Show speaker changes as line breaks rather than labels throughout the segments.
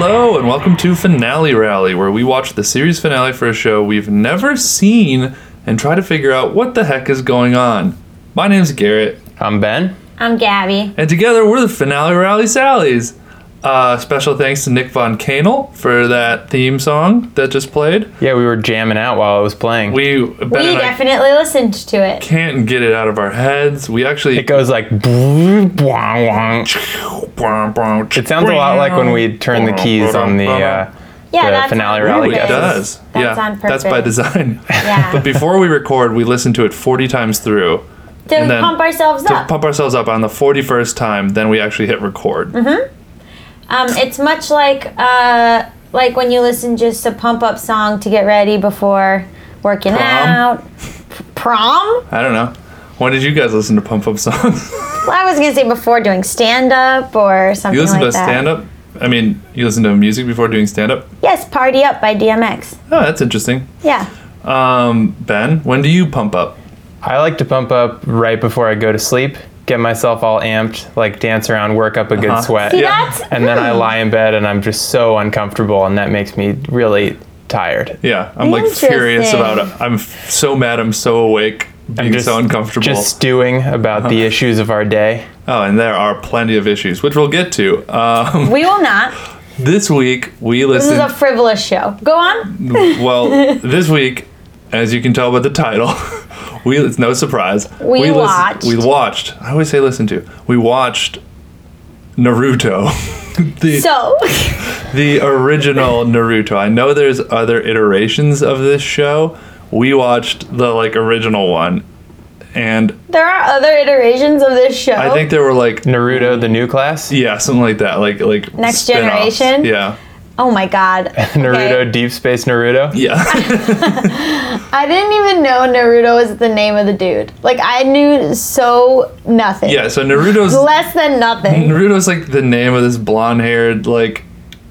welcome to Finale Rally, where we watch the series finale for a show we've never seen and try to figure out what the heck is going on. My name's Garrett,
I'm Ben.
I'm Gabby.
and together we're the Finale Rally Sallies. Uh, special thanks to Nick Von Canel for that theme song that just played.
Yeah, we were jamming out while I was playing.
We Ben
We
and I
definitely listened to it.
can't get it out of our heads. We actually
it goes like. It
It
sounds a lot like when we turn the keys on the. Uh,
Yeah,
The
that's
finale
on
rally
Really
Probably
purpose.
guys.
does.
That's
yeah,
on
that's by
purpose.
design.
Yeah.
but before we record, we listen to it 40 times through
to
and then-
pump ourselves
to
up.
pump ourselves up on the 41st time. Then we actually hit record.
Mm-hmm. um, it's much like uh, like when you listen just to pump up song to get ready before working
Prom?
out. Prom?
I don't know. When did you guys listen to pump up songs?
Well, I was gonna say before doing stand up or something
you listen
like
to
that.
stand up? I mean, you listen to music before doing stand up?
Yes, Party Up by DMX.
Oh, that's interesting.
Yeah.
Um, ben, when do you pump up?
I like to pump up right before I go to sleep, get myself all amped, like dance around, work up a good
Uh-huh.
sweat.
See,
Yeah.
that's
And then I lie in bed and I'm just so uncomfortable, and that makes me really tired.
Yeah, I'm like furious
Interesting.
about it. I'm f- so mad I'm so awake, being
just-
so uncomfortable. Uh-huh.
Just stewing about the issues of our day.
Oh, and there are plenty of issues, which we'll get to. Um,
we will not.
this week, we
This
listened.
is a frivolous show. Go on.
well, this week, as you can tell by the title, we it's no surprise.
We
lis-
watched.
we watched. I always say listen to. We watched Naruto. the
So
the original Naruto. I know there's other iterations of this show. We watched the like original one. And
there are other iterations of this show.
I think there were like
Naruto, the new class.
yeah, something like that. Like like
Next
spin-offs.
Generation?
Yeah.
Oh my god.
Naruto,
Okay.
Deep Space Naruto.
Yeah.
I didn't even know Naruto was the name of the dude. Like I knew so nothing.
yeah, so Naruto's
Less than nothing.
Naruto's like the name of this blonde-haired like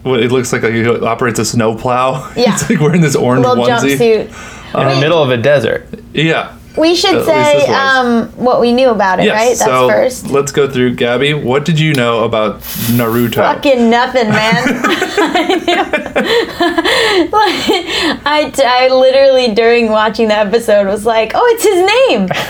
what it looks like, like he operates a snowplow.
Yeah.
it's like wearing this orange
Little
onesie.
jumpsuit.
In the
Wait.
middle of a desert.
Yeah.
We should
At least
say
this was.
um, what we knew about it,
Yes.
right? That's
so
first.
let's go through. Gabby, what did you know about Naruto?
Fucking nothing, man. I, knew. like, I, I literally, during watching the episode, was like, oh, it's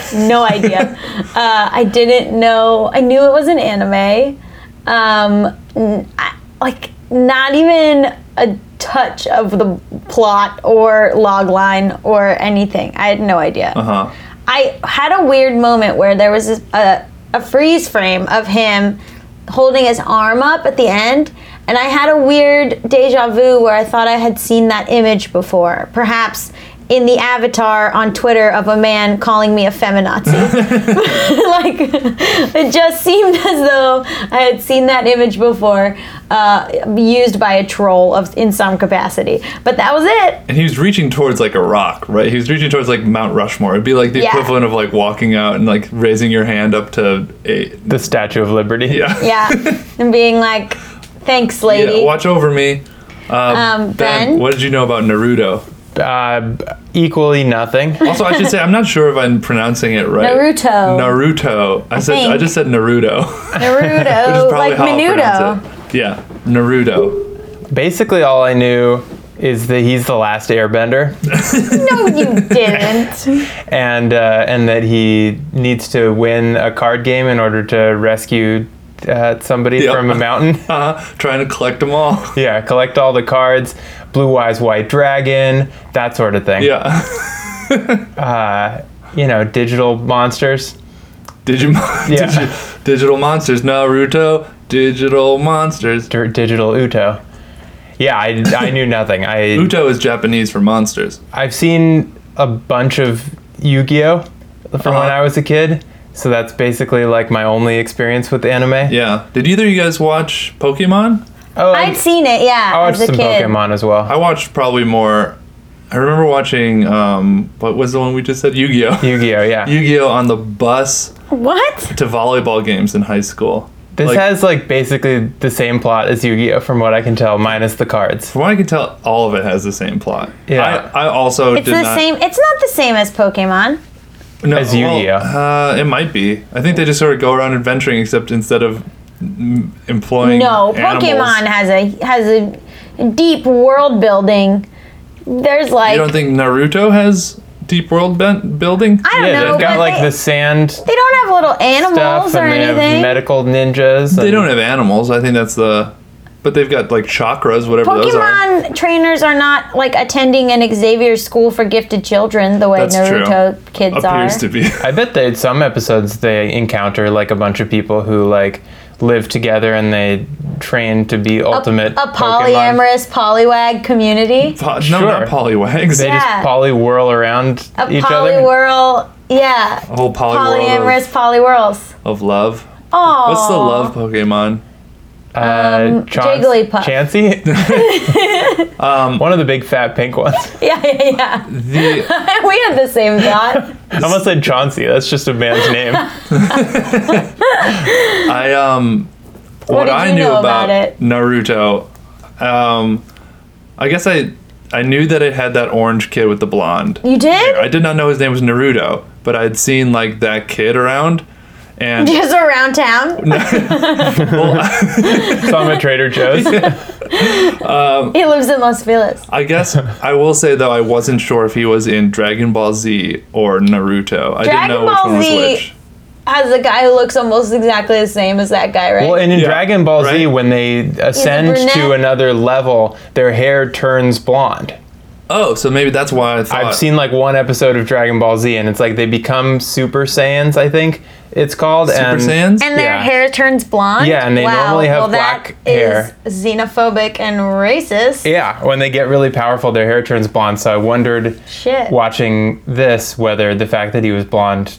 his name. No idea. uh, I didn't know. I knew it was an anime. Um, n- I- like, not even a touch of the plot or log line or anything. I had no idea.
Uh-huh.
I had a weird moment where there was this, a, a freeze frame of him holding his arm up at the end, and I had a weird deja vu where I thought I had seen that image before, perhaps in the avatar on Twitter of a man calling me a feminazi. like it just seemed as though I had seen that image before, uh, used by a troll of in some capacity. But that was it.
And he was reaching towards like a rock, right? He was reaching towards like Mount Rushmore. It'd be like the
Yeah.
equivalent of like walking out and like raising your hand up to a
The Statue of Liberty.
yeah.
Yeah, and being like, "Thanks,
Yeah,
lady."
watch over me. Uh,
um,
Ben,
Ben.
what did you know about Naruto?
Uh, equally nothing.
Also, I should say I'm not sure if I'm pronouncing it right.
Naruto.
Naruto. I, said I
think.
just said Naruto. Which is
Naruto,
probably
like
how I'll
Menudo.
pronounce it. Yeah, Naruto.
Basically, all I knew is that he's the last Airbender,
No, you didn't.
and uh, and that he needs to win a card game in order to rescue uh, somebody
Yeah.
from a mountain.
Uh-huh. Trying to collect them all.
yeah, collect all the cards. Blue eyes, white dragon, that sort of thing.
Yeah.
You know, digital monsters.
Digimon.
Yeah.
Digi- digital monsters. Naruto. Digital monsters.
Dir- digital Uto. Yeah, I, I knew nothing. I
Uto is Japanese for monsters.
I've seen a bunch of Yu-Gi-Oh from
Uh-huh.
when I was a kid, so that's basically like my only experience with anime.
Yeah. Did either of you guys watch Pokemon?
Oh,
I'd
and
seen it, yeah,
I watched
as a
some
kid.
Pokemon as well.
I watched probably more. I remember watching. Um, what was the one we just said? Yu Gi Oh!
Yu-Gi-Oh, yeah.
Yu Gi Oh! on the bus
What?
to volleyball games in high school.
this
like-
has like basically the same plot as Yu-Gi-Oh from what I can tell, minus the cards.
From what I can tell, all of it has the same plot.
Yeah.
I, I also
It's
did
the
not.
same. It's not the same as Pokemon.
no,
as Yu-Gi-Oh.
uh, it might be. I think they just sort of go around adventuring, except instead of mm, employing
No,
animals-
Pokemon has a has a deep world building. There's like
You don't think Naruto has deep world bent building?
I don't
Yeah,
know,
they've got
but
like
they,
the sand
they don't have little animals
stuff,
or
and they
anything.
have medical ninjas.
They
and-
don't have animals. I think that's the. But they've got like chakras, whatever those are.
Pokemon trainers are not like attending an Xavier school for gifted children the way
That's true.
Naruto kids are.
Appears to be.
I bet they some episodes they encounter like a bunch of people who like live together and they train to be ultimate
a
Pokemon.
polyamorous polywag community.
Po- No, not
Sure.
polywags.
They
Yeah.
just poly whirl around
A
each other.
polywhirl. Yeah.
A whole polyworld
Polyamorous polywhirls.
of, of love.
Oh.
What's the love Pokemon?
Uh,
um, Jigglypuff.
Chansey? um, One of the big fat pink ones.
Yeah, yeah,
The
yeah. we had the same thought.
I almost said Chauncey. That's just a man's name.
I um what,
did
I
you
knew
know
about,
about it?
Naruto, um, I guess I I knew that it had that orange kid with the blonde.
You did?
I did not know his name was Naruto, but I'd seen like that kid around, and
Just around town.
Saw him at Trader Joe's.
He lives in Los Feliz.
I guess I will say though I wasn't sure if he was in Dragon Ball Z or Naruto. I didn't
Dragon
know
Ball
which one was
Z.
which.
Has a guy who looks almost exactly the same as that guy, right?
Well, and in
Yeah,
Dragon Ball
right?
Z, when they ascend
brunette.
to another level, their hair turns blonde.
Oh, so maybe that's why I thought.
I've seen like one episode of Dragon Ball Z, and it's like they become Super Saiyans. I think it's called
Super
and
Saiyans.
and their
yeah.
hair turns blonde.
Yeah, and they
wow.
normally have
well, that
black hair.
is xenophobic and racist.
Yeah, when they get really powerful, their hair turns blonde. So I wondered,
Shit.
watching this, whether the fact that he was blonde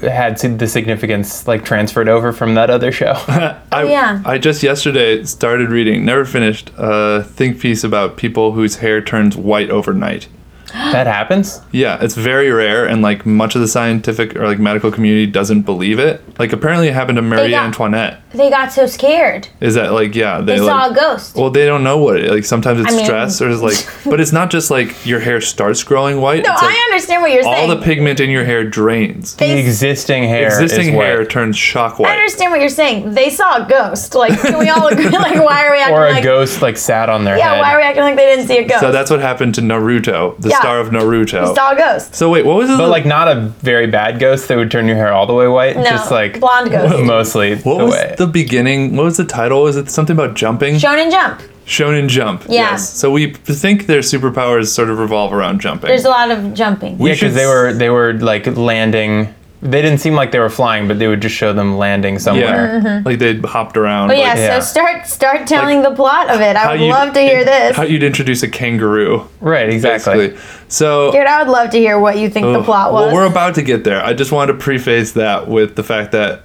had sig- the significance like transferred over from that other show.
I,
yeah.
I just yesterday started reading, never finished, a think piece about people whose hair turns white overnight.
that happens.
Yeah, it's very rare, and like much of the scientific or like medical community doesn't believe it. Like apparently, it happened to Marie
got-
Antoinette.
They got so scared.
Is that like yeah they,
They
like,
saw a ghost.
Well, they don't know what it like. Sometimes it's
I mean-
stress or it's like, but it's not just like your hair starts growing white.
No,
it's like
I understand what you're
all
saying.
the pigment in your hair drains.
The
they,
existing hair.
Existing
is what-
hair turns shock
I
white.
understand what you're saying. They saw a ghost. Like, can we all agree? Like, why are we acting
Or a
like?
ghost like sat on their
Yeah,
head.
why are we acting like they didn't see a ghost?
So that's what happened to Naruto, the
Yeah.
star of Naruto.
saw a ghost.
so wait, what was the
but like not a very bad ghost that would turn your hair all the way white.
No,
just like
blonde ghost.
Mostly
What
the
was
way.
the beginning? What was the title? Was it something about jumping?
Shonen Jump.
Shonen Jump.
Yeah.
So we p- think their superpowers sort of revolve around jumping.
There's a lot of jumping.
we
yeah, because
should
they
s-
were they were like landing. They didn't seem like they were flying, but they would just show them landing somewhere.
Mm-hmm.
yeah, like they hopped around.
but
like,
yeah,
yeah.
so start start telling the plot of it. Oh, I
how
would
you'd-
love to hear this.
How you'd introduce a kangaroo,
Right, exactly.
basically. So
Dude, I would love to hear what you think the
Ugh.
plot was.
Well, we're about to get there. I just wanted to preface that with the fact that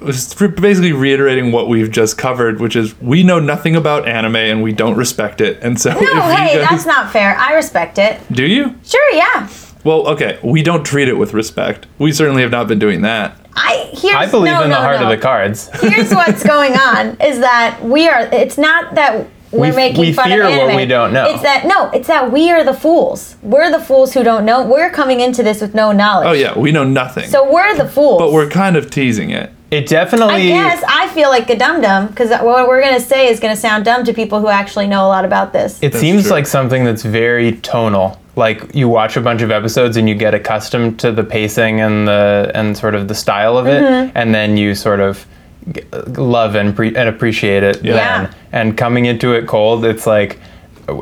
it was basically reiterating what we've just covered, which is we know nothing about anime and we don't respect it. And so, if
no,
you
hey,
guys-
that's not fair. I respect it.
do you?
Sure, yeah.
Well, okay, we don't treat it with respect. We certainly have not been doing that.
I here's
I believe
no,
in the
no,
heart of
no.
the cards.
Here's what's going on is that we are. It's not that we're
We-
making
we
fun
fear
of
what
anime.
we don't know.
It's that no. It's that we are the fools. We're the fools who don't know. We're coming into this with no knowledge.
Oh yeah, we know nothing.
So we're the fools.
but we're kind of teasing it.
It
I
definitely
guess I feel like a dum dum because what we're gonna say is gonna sound dumb to people who actually know a lot about this.
it
That's
seems
true.
like something that's very tonal. Like you watch a bunch of episodes and you get accustomed to the pacing and the and sort of the style of it,
Mm-hmm.
and then you sort of g- love and pre- and appreciate it. Yeah.
Yeah.
Then. And coming into it cold, it's like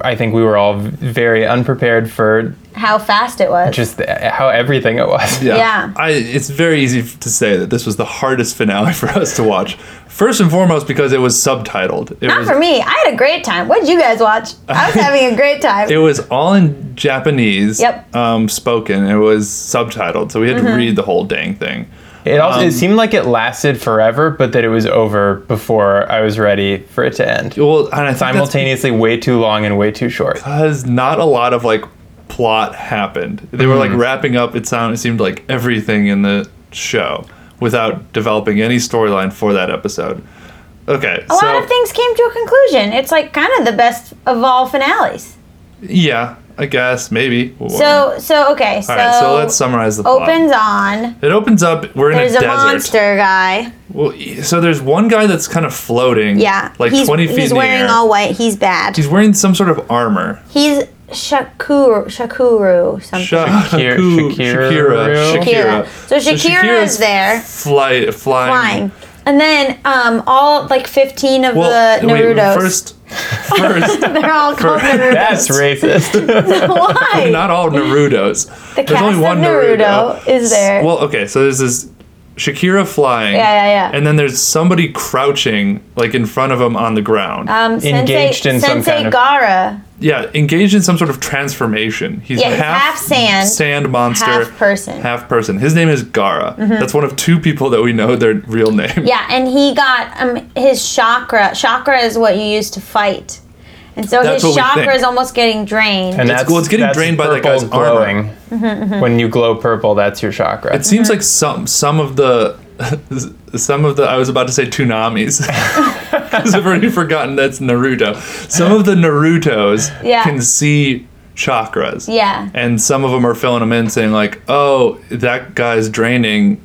I think we were all v- very unprepared for
How fast it was.
just the, how everything it was.
Yeah.
I, it's very easy f- to say that this was the hardest finale for us to watch. First and foremost, because it was subtitled. It
Not
was,
for me. I had a great time. What did you guys watch? I was having a great time.
It was all in Japanese.
Yep. Mm-hmm.
Um, spoken. It was subtitled, so we had to read the whole dang thing.
It also it seemed like it lasted forever, but that it was over before I was ready for it to end.
Well, and I think that's
Simultaneously, way too long and way too short.
because not a lot of like plot happened. They were like wrapping up. It sound it seemed like everything in the show without developing any storyline for that episode. Okay.
a
so
lot of things came to a conclusion. It's like kind of the best of all finales.
yeah, I guess maybe.
So, so okay. So,
all right. So let's summarize the plot.
opens on.
It opens up. We're in
There's
a
a
desert.
monster guy.
Well, e- so there's one guy that's kind of floating.
Yeah.
Like
he's,
20 feet
He's
in the
wearing
air.
all white. He's bad.
He's wearing some sort of armor.
He's Shakuru, Shakuru something.
Sha-
Shakir-
Haku-
Shakira-
Shakira.
Shakira. So Shakira
Shakira's
is there.
Fly, flying.
flying. And then um, all like 15 of
Well,
the
wait,
Narutos.
first, first,
They're all called
first-
Naruto.
That's racist.
Why?
not all Narutos.
the
There's
cast
only one
of Naruto,
Naruto.
is there.
Well, okay, so there's this Shakira flying.
Yeah, yeah, yeah.
And then there's somebody crouching like in front of him on the ground.
um, Sensei,
engaged in some
Sensei
kind of-
Gara.
yeah, engaged in some sort of transformation. He's
Yeah, he's
half,
half sand,
sand monster,
half person. Mm-hmm.
half person. His name is Gara. That's one of two people that we know their real name.
Yeah, and he got um, his chakra. Chakra is what you use to fight. And so
That's
his
what we
chakra
think.
is almost getting drained.
And
It's cool. It's getting drained by that
purple
guy's armor. Mm-hmm,
glowing. When you glow purple, that's your chakra.
It seems like some some of the some of the I was about to say Toonami's. 'Cause I've already forgotten that's Naruto. Some of the Narutos
Yeah.
can see chakras.
yeah.
And some of them are filling them in saying like, "Oh, that guy's draining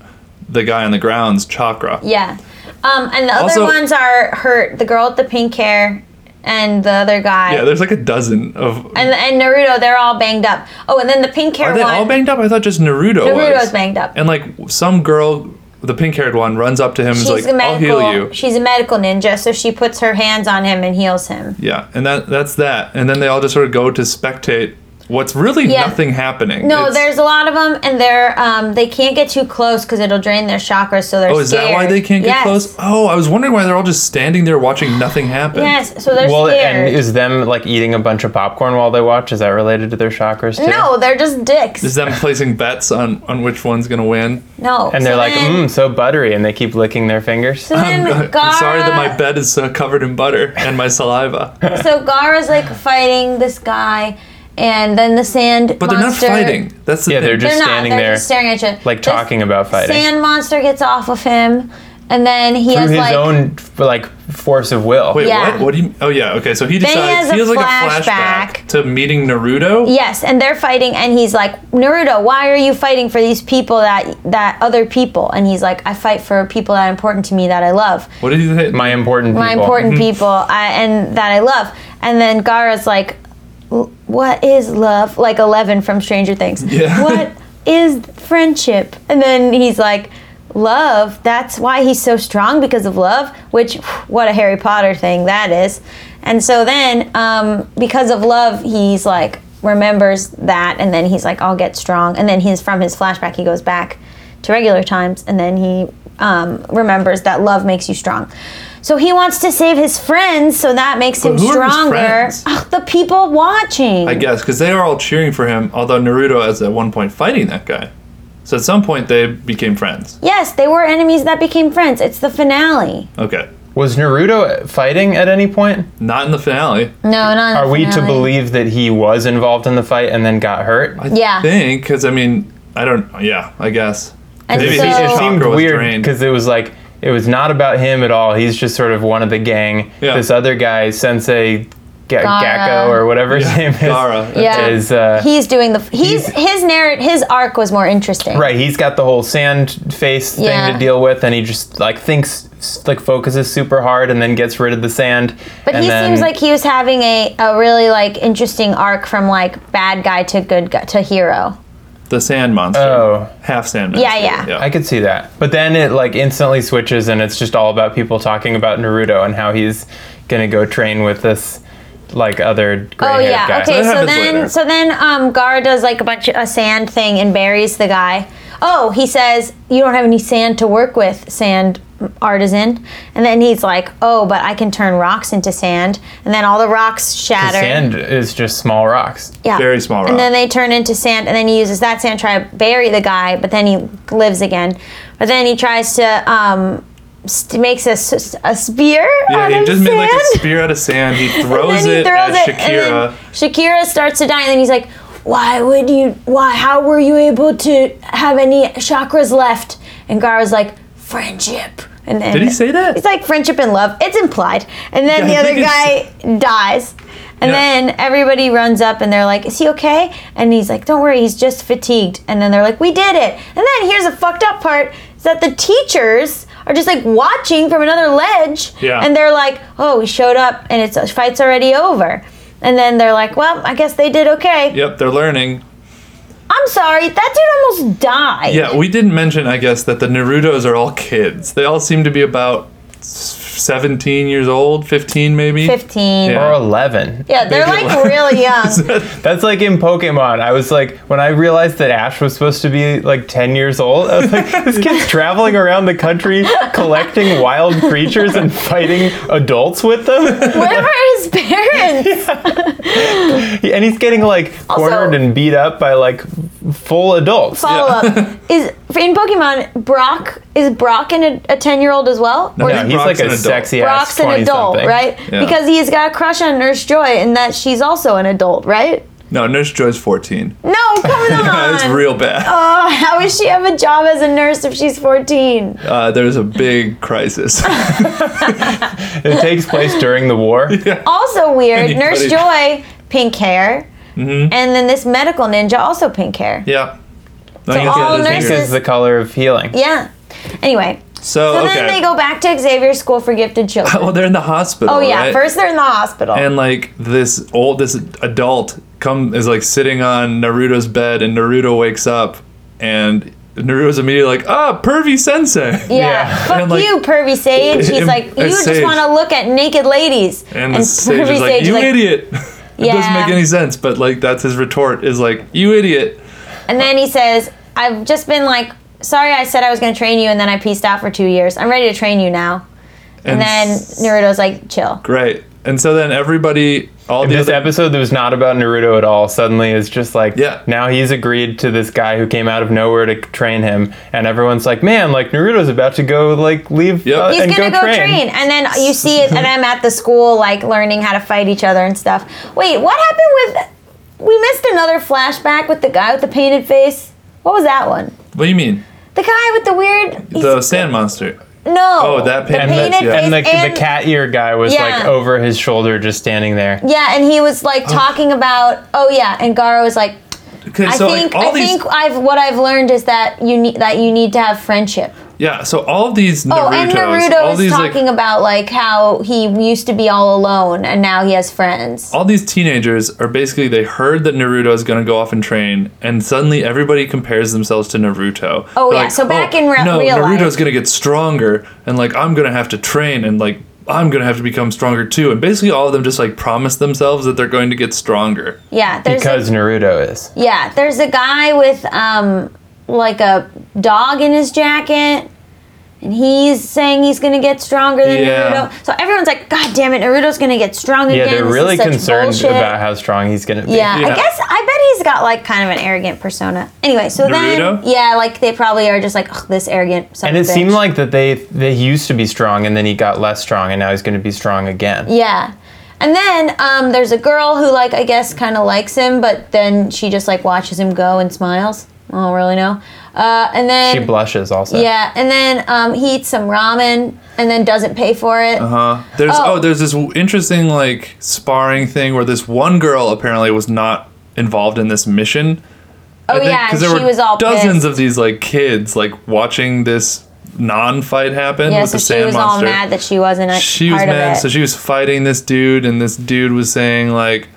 the guy on the ground's chakra."
Yeah. Um, and the
Also-
other ones are hurt. The girl with the pink hair and the other guy.
Yeah, there's like a dozen of
and, and Naruto, they're all banged up. Oh, and then the pink hair
Are they
one.
all banged up? I thought just Naruto
Naruto's
was.
banged up.
And like some girl, the pink-haired one, runs up to him and is
She's
like,
a
"I'll
medical.
heal you."
She's a medical ninja, so she puts her hands on him and heals him.
Yeah, and that that's that. And then they all just sort of go to spectate what's really
Yeah.
nothing happening.
No,
It's-
there's a lot of them, and they're um, they can't get too close because it'll drain their chakras, so they're
Oh, is
scared.
that why they can't get
Yes.
close? Oh, I was wondering why they're all just standing there watching nothing happen.
Yes, so they're
well,
scared.
and is them like eating a bunch of popcorn while they watch? Is that related to their chakras too?
no, they're just dicks.
Is them placing bets on on which one's gonna win?
no,
And they're
so
like,
then-
mmm, so buttery, and they keep licking their fingers.
So then Gara,
"Mm, I'm sorry that my bed is uh, covered in butter and my saliva. But
so Gara's like fighting this guy, and then the sand. But
they're not fighting. That's the
Yeah,
thing.
they're just
They're not.
standing
They're
there,
just staring at you.
like
This
talking about fighting
Sand monster gets off of him, and then he
through
has
his
like
own like force of will.
Wait,
yeah.
what? What do you? Oh yeah, okay. So he decides
has
he
a
has like a
flashback.
flashback to meeting Naruto.
Yes, and they're fighting, and he's like, Naruto, why are you fighting for these people that that other people? And he's like, I fight for people that are important to me that I love,
What did he say?
My important
my
people.
important people, I, and that I love. And then Gaara's like, "L- What is love? Like Eleven from Stranger Things.
Yeah.
What is friendship? And then he's like. Love, that's why he's so strong because of love, which, what a Harry Potter thing that is. And so then, um, because of love, he's like remembers that, and then he's like, "I'll get strong." And then he's from his flashback, he goes back to regular times, and then he um, remembers that love makes you strong. So he wants to save his friends, so that makes him
who are his
stronger.
friends?
Ugh, the people watching.
I guess because they are all cheering for him. Although Naruto is at one point fighting that guy. So at some point they became friends.
yes, they were enemies that became friends. It's the finale.
Okay,
Was Naruto fighting at any point?
not in the finale.
No, not.
Are we to believe that he was involved in the fight and then got hurt?
I
Yeah.
think because I mean I don't. Yeah, I guess.
And
Maybe
It,
he
se- it
should-
so,
seemed
Chakra was
weird
drained.
because it was like it was not about him at all. He's just sort of one of the gang.
Yeah.
This other guy, Sensei G- Gakko or whatever his name is,
Gara.
Yeah.
is uh,
he's doing the. He's,
he's-
his narrative. His arc was more interesting.
right. He's got the whole sand face
Yeah.
thing to deal with, and he just like thinks, s- like focuses super hard, and then gets rid of the sand.
But
and
he
then-
seems like he was having a, a really like interesting arc from like bad guy to good guy to hero.
The sand monster.
Oh.
Half sand monster.
Yeah, yeah.
I could see that. But then it like instantly switches and it's just all about people talking about Naruto and how he's gonna go train with this like other gray
Oh
haired
yeah.
guy.
Okay.
That
So
happens
then,
later.
so then, um, Gar does like a bunch of a sand thing and buries the guy. Oh, he says you don't have any sand to work with, sand artisan. And then he's like, oh, but I can turn rocks into sand. And then all the rocks shatter.
Sand is just small rocks.
Yeah.
Very small rock.
And then they turn into sand, and then he uses that sand to try to bury the guy, but then he lives again. But then he tries to um, st- makes a, s- a spear
yeah,
out
he
of
just
sand.
made like a spear out of sand. He
and
throws
then he
it
throws
at
it,
Shakira.
and then Shakira starts to die, and then he's like, "Why would you? Why? How were you able to have any chakras left?" And Gara's like, "Friendship." And then
Did he say that?
It's like friendship and love. It's implied. And then
Yeah, I
the other
think
guy
it's-
dies. And
Yeah.
then everybody runs up and they're like, Is he okay? And he's like, Don't worry, he's just fatigued. And then they're like, We did it. And then here's the fucked up part is that the teachers are just like watching from another ledge
Yeah.
and they're like oh we showed up and it's fight's already over and then they're like well i guess they did okay
Yep, they're learning.
i'm sorry that dude almost died
Yeah, we didn't mention, I guess, that the Narutos are all kids. They all seem to be about s- 17 years old, 15 maybe.
15
Yeah.
yeah,
Or 11.
they're
Big
like really young
That's like in Pokemon. I was like, when I realized that Ash was supposed to be like 10 years old, I was like, this kid's traveling around the country collecting wild creatures and fighting adults with them.
where are his parents
And he's getting like cornered and beat up by like full adults.
follow up is in pokemon brock is brock an, a 10 year old as well Or-
Yeah, he's
Brock's
like
an
a
adult.
sexy ass
Brock's
20
an adult,
something.
right?
Yeah.
Because he's got a crush on Nurse Joy, and that she's also an adult, right?
No, Nurse Joy's 14.
No, come on.
That's real bad.
Oh, how does she have a job as a nurse if she's 14?
Uh, there's a big crisis.
It takes place during the war.
Also weird. Nurse
Anybody- Mm-hmm.
Joy, pink hair. And then this medical ninja, also pink hair.
yeah. So
all
Pink
nurses-
is the color of healing.
Yeah. Anyway,
So,
so
Oh, okay.
then they go back to Xavier's School for Gifted Children.
well, they're in the hospital.
Oh, yeah.
right?
First, they're in the hospital.
and like this old this adult come is like sitting on Naruto's bed and Naruto wakes up and Naruto's immediately like, ah, pervy sensei.
yeah.
yeah.
Fuck
And, like-
you, pervy sage. He's
And-
like, you
and
just
Sage-
want to look at naked ladies.
And, the sage is like,
Sage is
you idiot. it doesn't
Yeah.
make any sense, but like that's his retort is like, you idiot.
And then he says, I've just been like, sorry, I said I was going to train you, and then I pieced out for two years. I'm ready to train you now. And, then Naruto's like, chill.
great. And so then everybody, all the
This
other-
episode that was not about Naruto at all suddenly is just like,
Yeah.
now he's agreed to this guy who came out of nowhere to train him, and everyone's like, man, like Naruto's about to go like leave
Yep.
uh,
He's
He's
and
gonna
go, train.
and then you see it, and I'm at the school like learning how to fight each other and stuff. Wait, what happened with? We missed another flashback with the guy with the painted face. What was that one?
what do you mean?
The guy with the weird. he's-
The sand monster.
no.
Oh, that
the
painted-
And,
painted
the,
yeah.
face
and the, the cat ear guy was
Yeah.
like over his shoulder, just standing there.
Yeah, and he was like talking about. Oh yeah, and Garo was like,
Okay,
I
so
think
like all
I
these,
think I've what I've learned is that you need that you need to have friendship.
yeah. So all of these Naruto's,
Oh, and
all
Naruto is
these like
talking about like how he used to be all alone and now he has friends.
all these teenagers are basically they heard that Naruto is going to go off and train, and suddenly everybody compares themselves to Naruto.
Oh,
They're
yeah, so back in re-
no,
real life."
Naruto's going to get stronger, and like I'm going to have to train, and like I'm going to have to become stronger too. And basically, all of them just like promise themselves that they're going to get stronger.
Yeah, there's
Because
a,
Naruto is.
yeah, there's a guy with um like a dog in his jacket. And he's saying he's gonna get stronger than
Yeah.
Naruto. So everyone's like, God damn it, Naruto's gonna get strong
Yeah,
again.
they're
This is
really
such
concerned
bullshit."
about how strong he's gonna be.
Yeah,
Yeah.
I guess I bet he's got like kind of an arrogant persona. Anyway, so
Naruto?
then yeah, like they probably are just like Ugh, this arrogant. Son
And
of
it
a
seemed
bitch."
like that they they he used to be strong, and then he got less strong, and now he's gonna be strong again.
yeah. And then um, there's a girl who like I guess kind of likes him, but then she just like watches him go and smiles. I don't really know. Uh, and then
She blushes also.
yeah, and then um, he eats some ramen and then doesn't pay for it.
Uh, there's oh.
Oh.
there's this w- interesting like sparring thing where this one girl apparently was not involved in this mission.
oh yeah, and
because
she
there were
was all
dozens
pissed.
of these like kids like watching this non-fight happen
yeah,
with
so
the
she
sand
was
monster.
all mad that she wasn't a
she was
part
mad.
of
So
it.
she was fighting this dude, and this dude was saying like,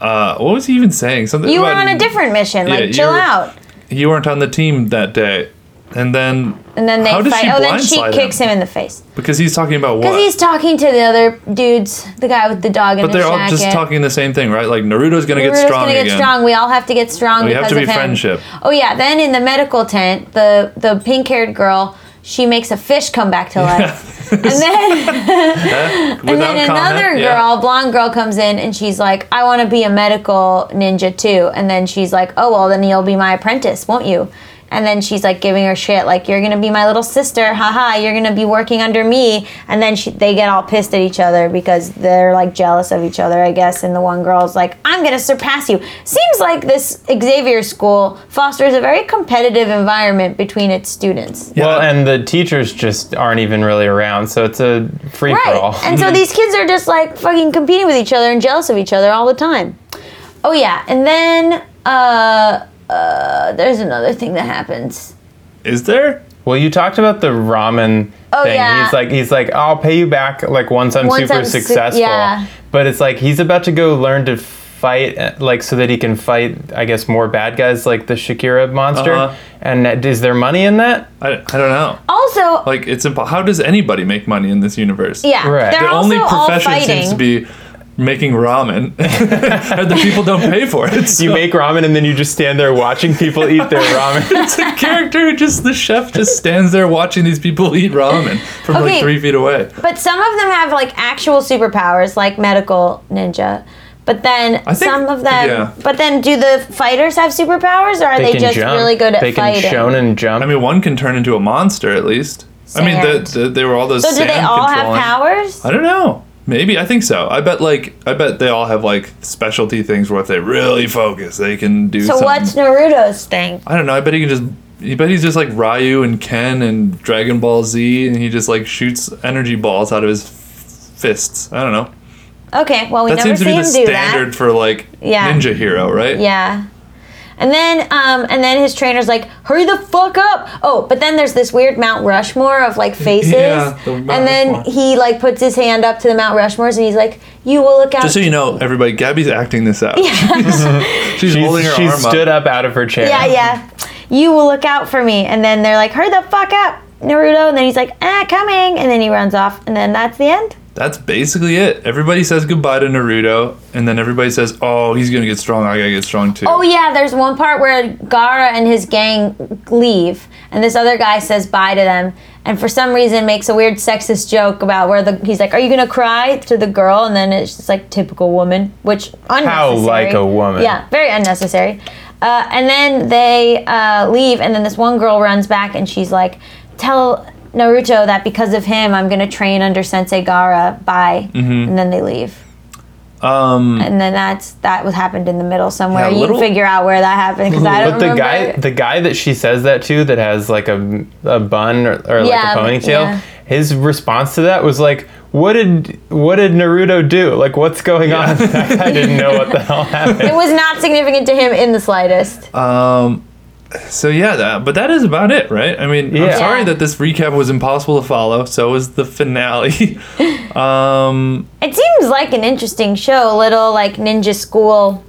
uh, "What was he even saying? Something."
you were
about-
on a different mission.
Yeah,
Like chill
you're-
out.
You weren't on the team that day, and then
And then they
How does
fight.
she
oh, then she
blindslide
kicks
him?
him in the face.
because he's talking about what?
Because he's talking to the other dudes, the guy with the dog in
but
his
they're
jacket.
all just talking the same thing, right? Like Naruto's gonna
We're
get
just
strong
gonna get
again.
strong. We all have to get strong
We
because
have to
of
be
him.
friendship.
Oh yeah. Then in the medical tent, the the pink haired girl, she makes a fish come back to life, and then and
Without
then
comment,
another
yeah.
girl, blonde girl, comes in and she's like, "I want to be a medical ninja too." And then she's like, "Oh well, then you'll be my apprentice, won't you?" And then she's like giving her shit, like, "You're gonna be my little sister, haha. You're gonna be working under me." And then she, they get all pissed at each other because they're like jealous of each other, I guess. And the one girl's like, "I'm gonna surpass you." Seems like this Xavier School fosters a very competitive environment between its students.
Well, and the teachers just aren't even really around, so it's a free for all.
Right. And so these kids are just like fucking competing with each other and jealous of each other all the time. Oh yeah, and then uh, uh, there's another thing that happens.
Is there?
Well, you talked about the ramen
Oh,
thing.
yeah.
He's like he's like I'll pay you back like once I'm
Once
super
I'm su-
successful.
yeah.
But it's like he's about to go learn to fight uh, like so that he can fight I guess more bad guys like the Shakira monster.
Uh-huh.
And that- is there money in that?
I, I don't know.
Also,
Like it's impo- how does anybody make money in this universe?
yeah,
Right.
they're
The
also
only
all
profession
fighting.
seems to be making ramen, and the people don't pay for it. So
You make ramen and then you just stand there watching people eat their ramen.
it's a character who just the chef just stands there watching these people eat ramen from
Okay.
like three feet away.
but some of them have like actual superpowers, like medical ninja. But then
think-
some of them.
yeah.
But then, do the fighters have superpowers, or are they, just really good at
they can
fighting?
shonen jump.
I mean, one can turn into a monster at least. I mean,
Sand.
the, the, they were all those.
so do they
sand
all
controlling-
have powers?
I don't know. Maybe I think so. I bet like I bet they all have like specialty things where if they really focus, they can do.
So
something.
what's Naruto's thing?
I don't know. I bet he can just. I bet he's just like Ryu and Ken and Dragon Ball Z, and he just like shoots energy balls out of his f- fists. I don't know.
Okay, well we
That
never
seems to
see
be
him
the
do
standard
that.
for like
Yeah.
ninja hero, right?
Yeah. And then, um, and then his trainer's like, "Hurry the fuck up!" Oh, but then there's this weird Mount Rushmore of like faces,
Yeah, the Mount
and then
Rushmore.
he like puts his hand up to the Mount Rushmores, and he's like, "You will look out."
Just so you know, everybody, Gabby's acting this out. she's, she's holding her
She's, she's
arm
stood
up.
up out of her chair.
yeah, yeah. You will look out for me. And then they're like, "Hurry the fuck up, Naruto!" And then he's like, "Ah, coming!" And then he runs off, and then that's the end.
That's basically it. Everybody says goodbye to Naruto, and then everybody says, "Oh, he's gonna get strong. I gotta get strong too."
Oh yeah, there's one part where Gara and his gang leave, and this other guy says bye to them, and for some reason makes a weird sexist joke about where the he's like, "Are you gonna cry?" to the girl, and then it's just like typical woman, which unnecessary.
like a woman.
Yeah, very unnecessary. Uh, and then they uh, leave, and then this one girl runs back, and she's like, "Tell." Naruto, that because of him, I'm gonna train under Sensei Gara. Bye,
Mm-hmm.
and then they leave
Um,
and then that's that was happened in the middle somewhere.
Yeah,
you
little-
figure out where that happened because I don't
But the guy,
remember.
the guy that she says that to, that has like a, a bun or, or
Yeah,
like a ponytail,
yeah.
his response to that was like, "What did what did Naruto do? Like, what's going on?" I didn't know what the hell happened.
it was not significant to him in the slightest.
Um, So yeah, that, but that is about it, right? I mean,
Yeah.
I'm sorry
Yeah.
that this recap was impossible to follow. So was the finale. Um,
It seems like an interesting show, a little like ninja school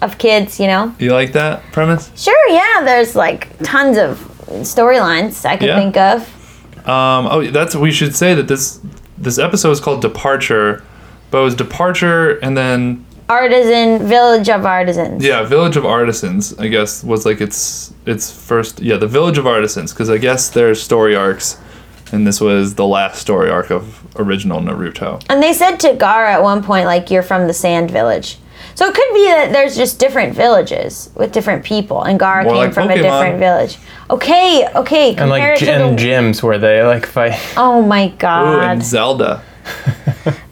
of kids, you know.
you like that premise?
Sure, yeah, there's like tons of storylines I could
Yeah.
think of.
Um, oh, that's we should say that this this episode is called Departure, but it was Departure and then
Artisan Village of Artisans.
yeah, Village of Artisans. I guess was like its its first yeah the Village of Artisans because I guess there's story arcs, and this was the last story arc of original Naruto.
And they said to Gara at one point, like, you're from the Sand Village. So it could be that there's just different villages with different people, and Gara
More
came
like
from a
Pokemon.
different village. Okay, okay, compare
And
it
like
to
gy- and
the-
gyms where they like fight.
Oh my
Ooh,
god.
and Zelda.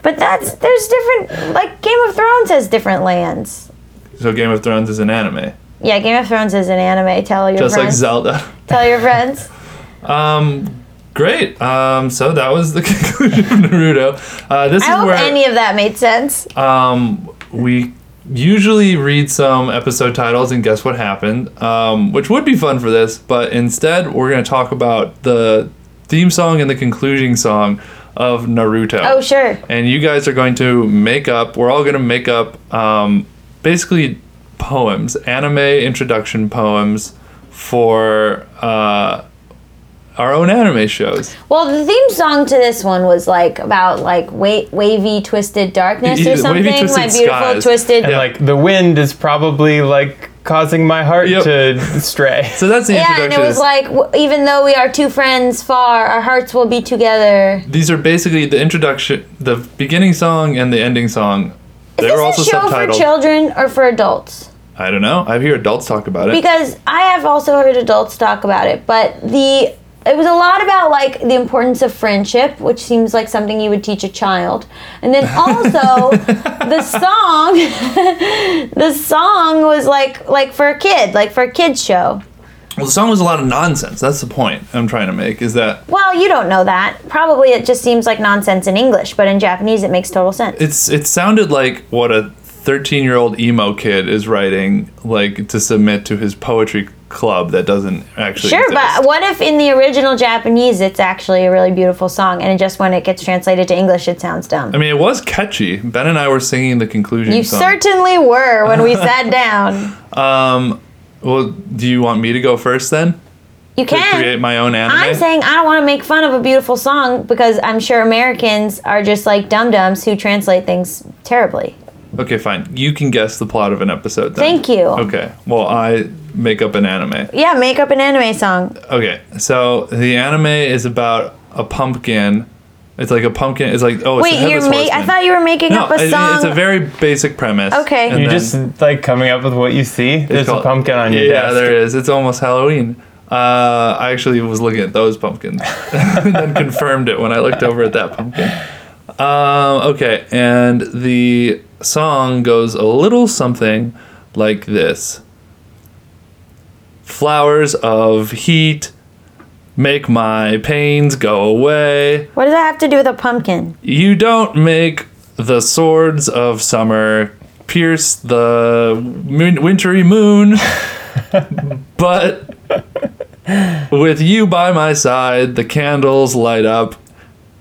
but that's there's different like Game of Thrones has different lands.
So Game of Thrones is an anime,
Yeah, Game of Thrones is an anime. Tell your
just like
friends.
Zelda.
tell your friends.
Great. Um, so that was the conclusion of Naruto. Uh, this
I
is
hope
where
any of that made sense.
um, we usually read some episode titles and guess what happened, um, which would be fun for this, but instead we're going to talk about the theme song and the concluding song of Naruto.
oh sure.
And you guys are going to make up, we're all going to make up um, basically poems, anime introduction poems for uh, our own anime shows.
Well, the theme song to this one was like about like wa- wavy twisted darkness
Yeah,
or
E-, wavy
something.
twisted
My beautiful
skies.
twisted
And like the wind is probably like causing my heart
Yep.
to stray.
So that's the
Yeah,
introduction.
and it
to
was
this.
like w- even though we are two friends far, our hearts will be together.
These are basically the introduction, the beginning song, and the ending song.
Is
They
this
were also
a show for
subtitled.
children or for adults?
I don't know. I hear adults talk about it.
because I have also heard adults talk about it, but the it was a lot about like the importance of friendship, which seems like something you would teach a child. And then also the song the song was like like for a kid, like for a kids show.
well, the song was a lot of nonsense. That's the point I'm trying to make. Is that
Well, you don't know that. Probably it just seems like nonsense in English, but in Japanese it makes total sense.
it's it sounded like what a 13 year old emo kid is writing, like to submit to his poetry club that doesn't actually
Sure,
exist.
but what if in the original Japanese it's actually a really beautiful song, and it just when it gets translated to English, it sounds dumb?
I mean, it was catchy. Ben and I were singing the conclusion
you
song.
certainly were when we sat down.
well, do you want me to go first then?
You
To create
can.
my own anime?
I'm saying I don't want to make fun of a beautiful song because I'm sure Americans are just like dum dums who translate things terribly.
okay, fine. You can guess the plot of an episode then.
Thank you.
Okay. Well, I make up an anime.
Yeah, make up an anime song.
Okay. So the anime is about a pumpkin. It's like a pumpkin. It's like oh, it's the
Wait, you're
headless
ma- I
horseman.
thought you were making
no,
up a
it-
song.
it's a very basic premise.
Okay.
And
You're
then-
just like coming up with what you see. There's
called-
a pumpkin on your
yeah,
desk.
there is. It's almost Halloween. Uh, I actually was looking at those pumpkins and then confirmed it when I looked over at that pumpkin. Um, okay, and the song goes a little something like this Flowers of heat make my pains go away.
what does that have to do with a pumpkin?
You don't make the swords of summer pierce the min- wintry moon, but with you by my side, the candles light up,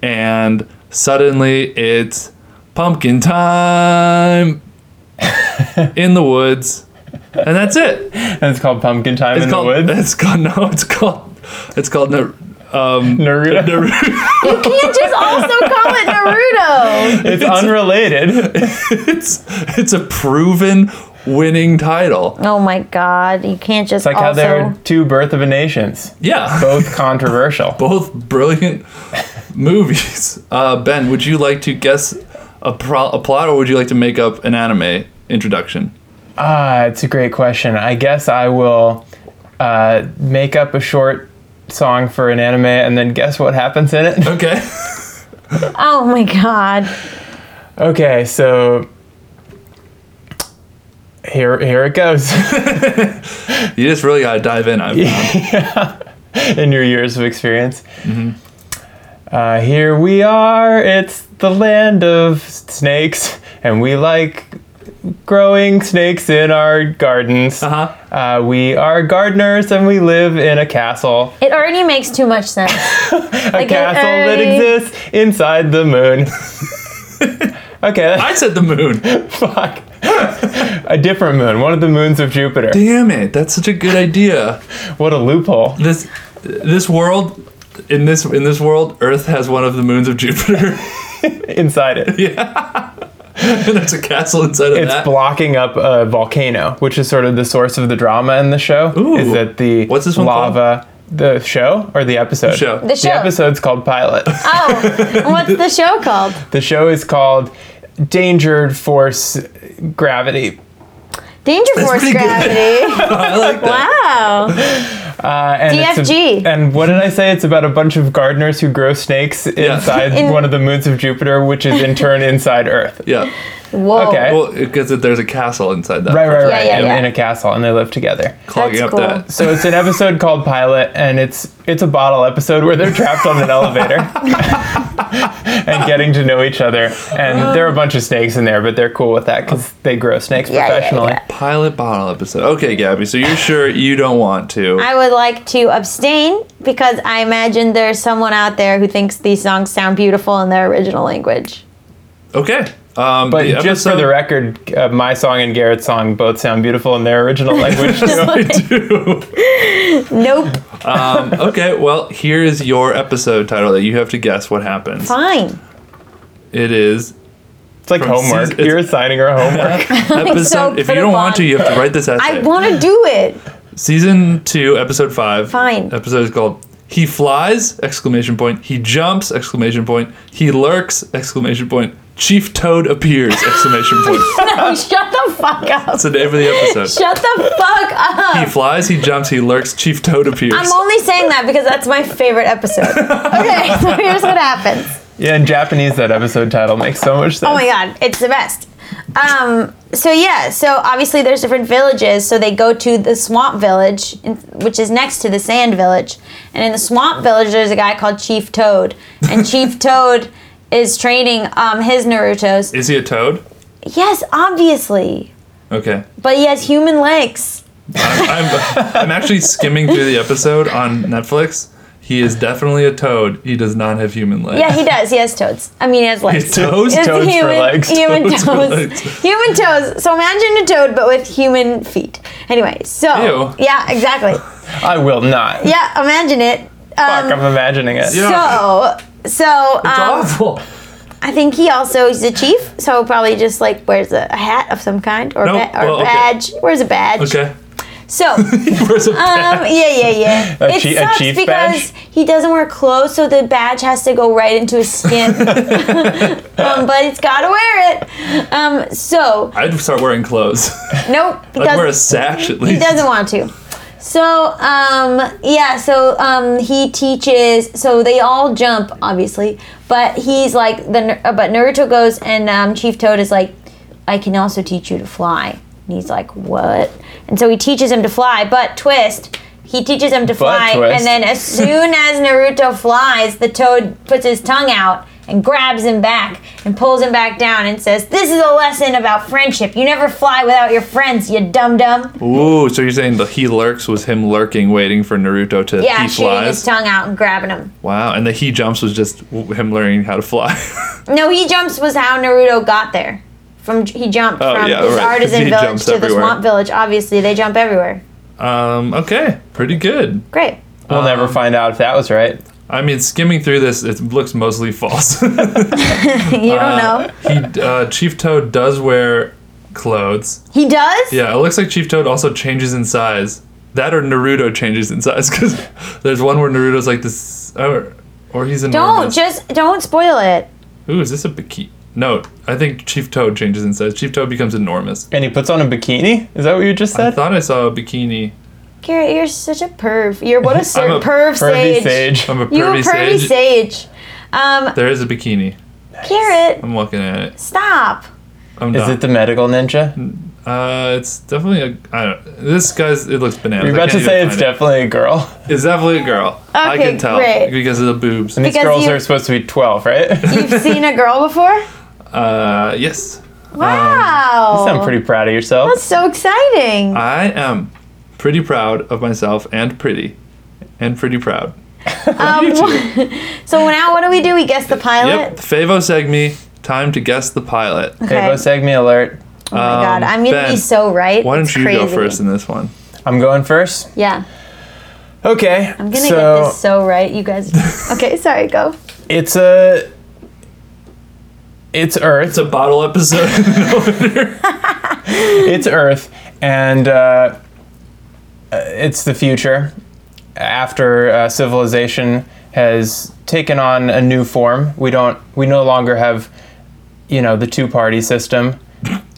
and suddenly it's pumpkin time in the woods, and that's it.
And it's called Pumpkin Time in
called.
the Woods.
It's called. No, it's called. It's called. Nar- Um,
Naruto.
Naruto.
You can't just also call it Naruto.
It's unrelated.
it's it's a proven winning title.
Oh my god, you can't just
Like how
also.
there were two Birth of a Nations,
Yeah,
both controversial.
both brilliant movies. Uh, ben, would you like to guess a, pro- a plot, or would you like to make up an anime introduction?
Ah, it's a great question. I guess I will uh, make up a short song for an anime and then guess what happens in it.
Okay.
oh my god.
Okay, so here here it goes.
You just really gotta dive in. I found.
in your years of experience. Uh, here we are. It's the land of snakes, and we like growing snakes in our gardens.
Uh-huh.
Uh, we are gardeners, and we live in a castle.
It already makes too much sense.
A
Like, it
castle that
already-
exists inside the moon. okay, that's
I said the moon.
fuck. a different moon, one of the moons of Jupiter.
Damn it! That's such a good idea.
What a loophole.
This this world. In this in this world, Earth has one of the moons of Jupiter,
Inside it.
and there's a castle inside of
It's
that.
blocking up a volcano, which is sort of the source of the drama in the show.
Ooh.
Is that the
What's this one called?
lava? The show or the episode?
show.
The show.
The episode's called Pilot.
Oh, what's the show called?
the show is called Danger Force Gravity.
Danger Force
pretty good.
Gravity.
I like that.
wow.
Uh, and it's a-
DFG.
and what did I say? It's about a bunch of gardeners who grow snakes inside
In-
one of the moons of Jupiter, which is in turn inside Earth.
Yeah.
Whoa.
Okay.
Well, because there's a castle inside that.
Right, right,
Oh, Yeah,
right.
yeah,
in,
yeah.
in a castle, and they live together.
Clogging
That's
up
cool.
that
So it's an episode called Pilot, and it's it's a bottle episode where they're trapped on an elevator and getting to know each other.
Um,
And there are a bunch of snakes in there, but they're cool with that because they grow snakes
Yeah, yeah,
professionally.
yeah.
pilot bottle episode. Okay, Gabby. So you're sure you don't want to?
I would like to abstain because I imagine there's someone out there who thinks these songs sound beautiful in their original language.
Okay. Um,
But
the
just for the
episode-
record, uh, my song and Garrett's song both sound beautiful in their original language.
Just like, nope.
um, okay. Well, here is your episode title that you have to guess what happens.
Fine.
It is
it's like
From
homework.
season-
You're assigning her homework.
episode.
so
if
put
you don't
it
want
on.
to, you have to write this essay.
I want to do it.
Season two, episode five.
Fine.
Episode is called "He Flies!" Exclamation point. He jumps! Exclamation point. He lurks! Exclamation point. Chief Toad appears! Exclamation point.
No, shut the fuck up.
That's the name of the episode.
Shut the fuck
He
up.
flies, he jumps, he lurks, Chief Toad appears.
I'm only saying that because that's my favorite episode. Okay, so here's what happens.
yeah, in Japanese, that episode title makes so much sense.
Oh my god, it's the best. Um, so yeah, so obviously there's different villages. So they go to the swamp village, in- which is next to the sand village. And in the swamp village, there's a guy called Chief Toad, and Chief Toad is training um, his Naruto's.
Is he a toad?
Yes, obviously,
Okay.
but he has human legs.
I'm, I'm, I'm actually skimming through the episode on Netflix. He is definitely a toad. He does not have human legs.
Yeah, he does. He has toads. I mean, he has legs.
His toes?
He has
Toads for
human,
legs.
Human
Toads
toes.
for legs.
Human toes. So imagine a toad, but with human feet. Anyway, so
Ew.
yeah, exactly.
I will not.
Yeah, imagine it.
Fuck, I'm imagining it.
Yeah.
So, so um,
awful.
I think he also he's a chief, so probably just like wears a, a hat of some kind or,
No,
ba- or
well, okay.
a badge. Wears a badge.
Okay.
So, um,
Where's a
yeah, yeah, yeah.
A
it
chi- a
sucks
chief
because
badge?
he doesn't wear clothes, so the badge has to go right into his skin. um, but he's got to wear it. Um, so,
I'd start wearing clothes.
nope, he
I'd wear a
doesn't-
sash at least.
he doesn't want to. So, um, yeah, so um, he teaches. So they all jump, obviously, but he's like the. Nar- uh, But Naruto goes, and um, Chief Toad is like, "I can also teach you to fly." And he's like, "What?" And so he teaches him to fly. But twist, he teaches him to fly,
twist.
and then as soon as Naruto flies, the Toad puts his tongue out. And grabs him back and pulls him back down and says, "This is a lesson about friendship. You never fly without your friends, you dum dum."
Ooh, so you're saying the he lurks was him lurking, waiting for Naruto to
Yeah,
he
shooting his
flies.
tongue out and grabbing him.
wow, and the he jumps was just w- him learning how to fly.
No, he jumps was how Naruto got there. From he jumped
Oh,
from
yeah,
his
right, 'cause
artisan
he
village
jumps
to the
everywhere.
swamp village. Obviously, they jump everywhere.
um, okay, pretty good.
Great.
We'll never find out if that was right.
I mean, skimming through this, it looks mostly false.
you don't know.
he uh, Chief Toad does wear clothes.
He does.
Yeah, it looks like Chief Toad also changes in size. That or Naruto changes in size because there's one where Naruto's like this, or, or he's in.
Don't just don't spoil it.
Ooh, is this a bikini? No, I think Chief Toad changes in size. Chief Toad becomes enormous.
And he puts on a bikini? Is that what you just
I
said?
thought I saw a bikini.
Garrett, you're such a perv. You're what a, ser-
a
perv
Pervy
sage.
sage.
I'm a
You a
pervy
pervy
sage.
sage. Um,
There is a bikini.
Garrett,
I'm looking at it.
stop.
I'm
Is
done.
it the medical ninja?
uh, it's definitely a. I don't. This guy's. It looks bananas.
You're
I
about to
can't
say
even
it's
find
definitely a girl.
it. It's definitely a girl. I
Okay,
can tell
great.
because of the boobs.
And these
Because
girls
you-
are supposed to be 12, right? You
You've seen a girl before?
Uh, yes,
Wow.
sound pretty proud of yourself.
That's so exciting.
I am pretty proud of myself and pretty, and pretty proud.
Um, so now what do we do? We guess the
Yep.
pilot.
Favo Segme. Time to guess the pilot.
Okay.
Favo Segme alert.
Oh my god,
Um,
I'm gonna be
Ben,
so right.
Why don't
It's
you go
crazy.
first in this one?
I'm going first.
Yeah,
Okay.
I'm gonna
so
get this so right, you guys. Okay, sorry, go.
it's a. It's Earth.
It's a bottle episode.
it's Earth, and uh, uh, it's the future after uh, civilization has taken on a new form. We don't. We no longer have, you know, the two-party system.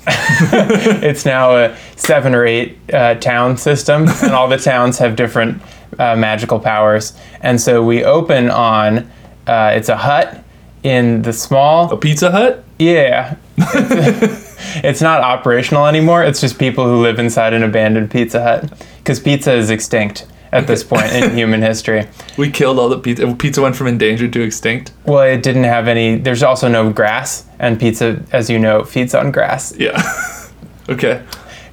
it's now a seven or eight uh, town system, and all the towns have different uh, magical powers. And so we open on uh, it's a hut in the small
a Pizza Hut.
yeah. it's not operational anymore. It's just people who live inside an abandoned Pizza Hut. Because pizza is extinct at this point in human history.
We killed all the pizza. Pizza went from endangered to extinct.
Well, it didn't have any, there's also no grass, and pizza, as you know, feeds on grass.
Yeah. okay.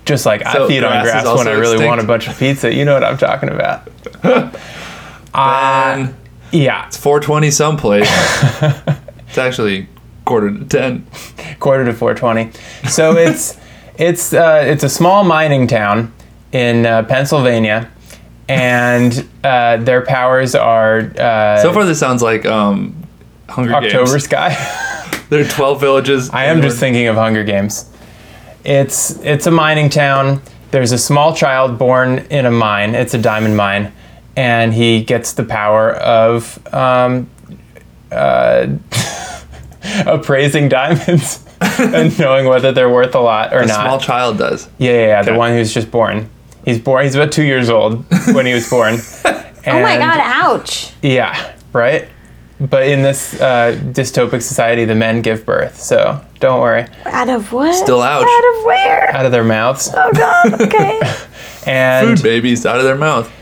Just like I
So
feed on
grass is
grass
also
when I really
extinct?
want a bunch of pizza. You know what I'm talking about. uh,
And
yeah,
420 someplace. it's actually quarter to 10.
quarter to 420. So it's it's uh, it's a small mining town in uh, Pennsylvania, and uh, their powers are uh,
So far, this sounds like um, Hunger
October
Games.
Sky.
There are 12 villages.
I am just thinking of Hunger Games. It's it's a mining town. There's a small child born in a mine. It's a diamond mine, and he gets the power of um, uh, appraising diamonds and knowing whether they're worth a lot or
A
not.
small child does.
Yeah, yeah, yeah.
Okay.
The one who's just born. He's born. He's about two years old when he was born.
Oh my
And-
god, ouch.
Yeah. Right. But in this uh, dystopic society, the men give birth. So don't worry.
Out of what?
Still ouch.
Out of where?
Out of their mouths.
Oh god, okay.
And
Food babies out of their mouth.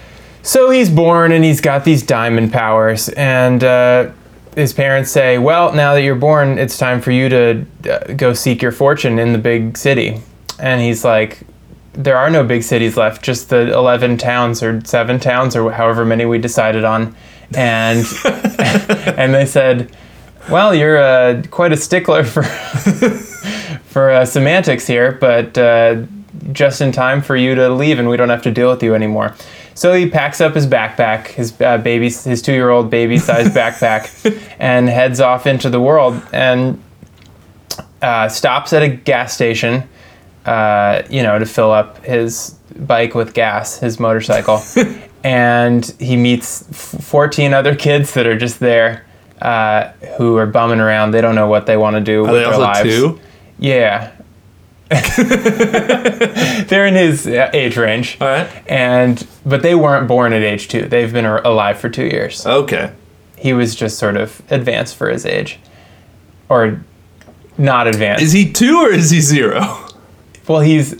so he's born, and he's got these diamond powers. And uh, his parents say, "Well, now that you're born, it's time for you to uh, go seek your fortune in the big city." And he's like, there are no big cities left, just the 11 towns or seven towns or however many we decided on. And and they said, "Well, you're uh, quite a stickler for for uh, semantics here, but uh, just in time for you to leave, and we don't have to deal with you anymore." So he packs up his backpack, his uh, baby, his two-year-old baby-sized backpack, and heads off into the world. And uh, stops at a gas station, uh, you know, to fill up his bike with gas, his motorcycle, and he meets f- 14 other kids that are just there, uh, who are bumming around. They don't know what they want to do
Are
with
they
their
also
lives.
two?
Yeah. They're in his uh, age range.
All right.
And but they weren't born at age 2. They've been ar- alive for 2 years.
Okay.
He was just sort of advanced for his age or not advanced.
Is he two or is he zero?
Well, he's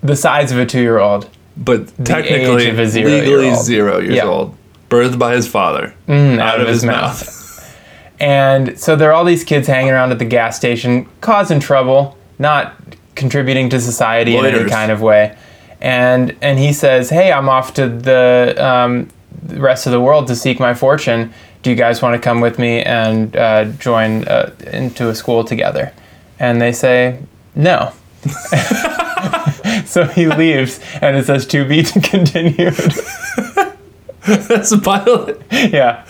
the size of a two-year-old.
But technically,
age of a zero-year-old.
legally zero years
Yeah.
old, birthed by his father, out, of his, mouth.
And so there are all these kids hanging around at the gas station, causing trouble, not contributing to society in any
Loiters.
kind of way. And and he says, "Hey, I'm off to the, um, the rest of the world to seek my fortune. Do you guys want to come with me and uh, join uh, into a school together?" And they say, "No." so he leaves, and it says to be continued.
That's a pilot,
yeah.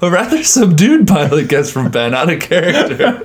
a rather subdued pilot gets from Ben out of character.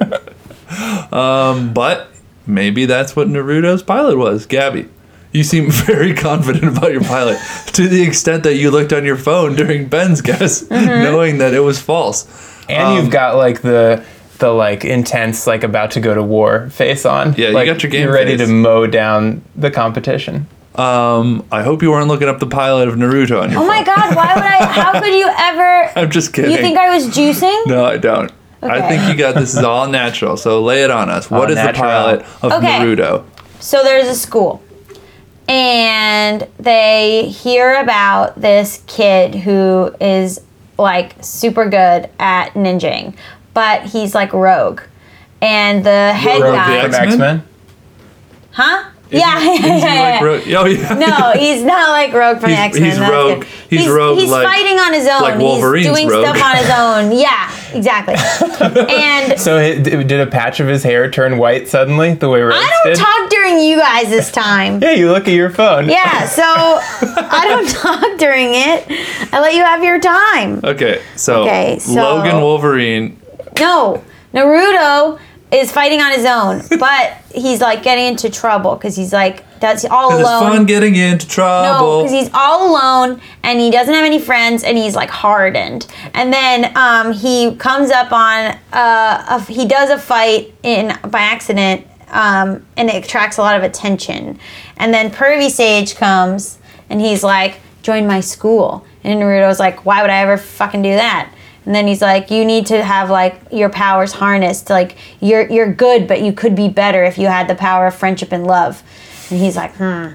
um, but maybe that's what Naruto's pilot was, Gabby. You seem very confident about your pilot to the extent that you looked on your phone during Ben's guess, knowing that it was false.
and
Um,
you've got like the the like intense like about to go to war face on.
Yeah, you
like,
got your game
You're ready
face.
to mow down the competition.
Um, I hope you weren't looking up the pilot of Naruto on your
Oh
phone.
my god, why would I? How could you ever?
I'm just kidding.
You think I was juicing?
No, I don't. I
Okay.
think you got this is all natural. So lay it on us. What
All
is
natural.
the pilot of
Okay.
Naruto?
So there's a school, and they hear about this kid who is like super good at ninjing, but he's like rogue. And the head
Rogue
guy,
the
From
X-Men?
X-Men?
huh? yeah, yeah,
Is he
yeah,
like
yeah.
Rogue? Oh yeah.
No, he's not like Rogue from
He's-
X Men.
he's Rogue- he's Rogue
He's
like-
fighting on his own.
like Wolverine's
he's doing
Rogue.
stuff on his own. Yeah, exactly. and
So it, d- did a patch of his hair turn white suddenly the way Rose
I don't
did?
talk during you guys this time.
yeah, you look at your phone.
Yeah, so I don't talk during it. I let you have your time.
Okay. So,
Okay, so-
Logan Wolverine.
No, Naruto is fighting on his own, but he's like getting into trouble because he's like that's all
It's fun
alone.
getting into
No,
trouble.
because he's all alone and he doesn't have any friends and he's like hardened. And then um, he comes up on uh, a, he does a fight in by accident um, and it attracts a lot of attention. And then Pervy Sage comes and he's like, "Join my school." And Naruto's like, "Why would I ever fucking do that?" And then he's like, "You need to have like your powers harnessed. Like you're you're good, but you could be better if you had the power of friendship and love." And he's like, "Hmm."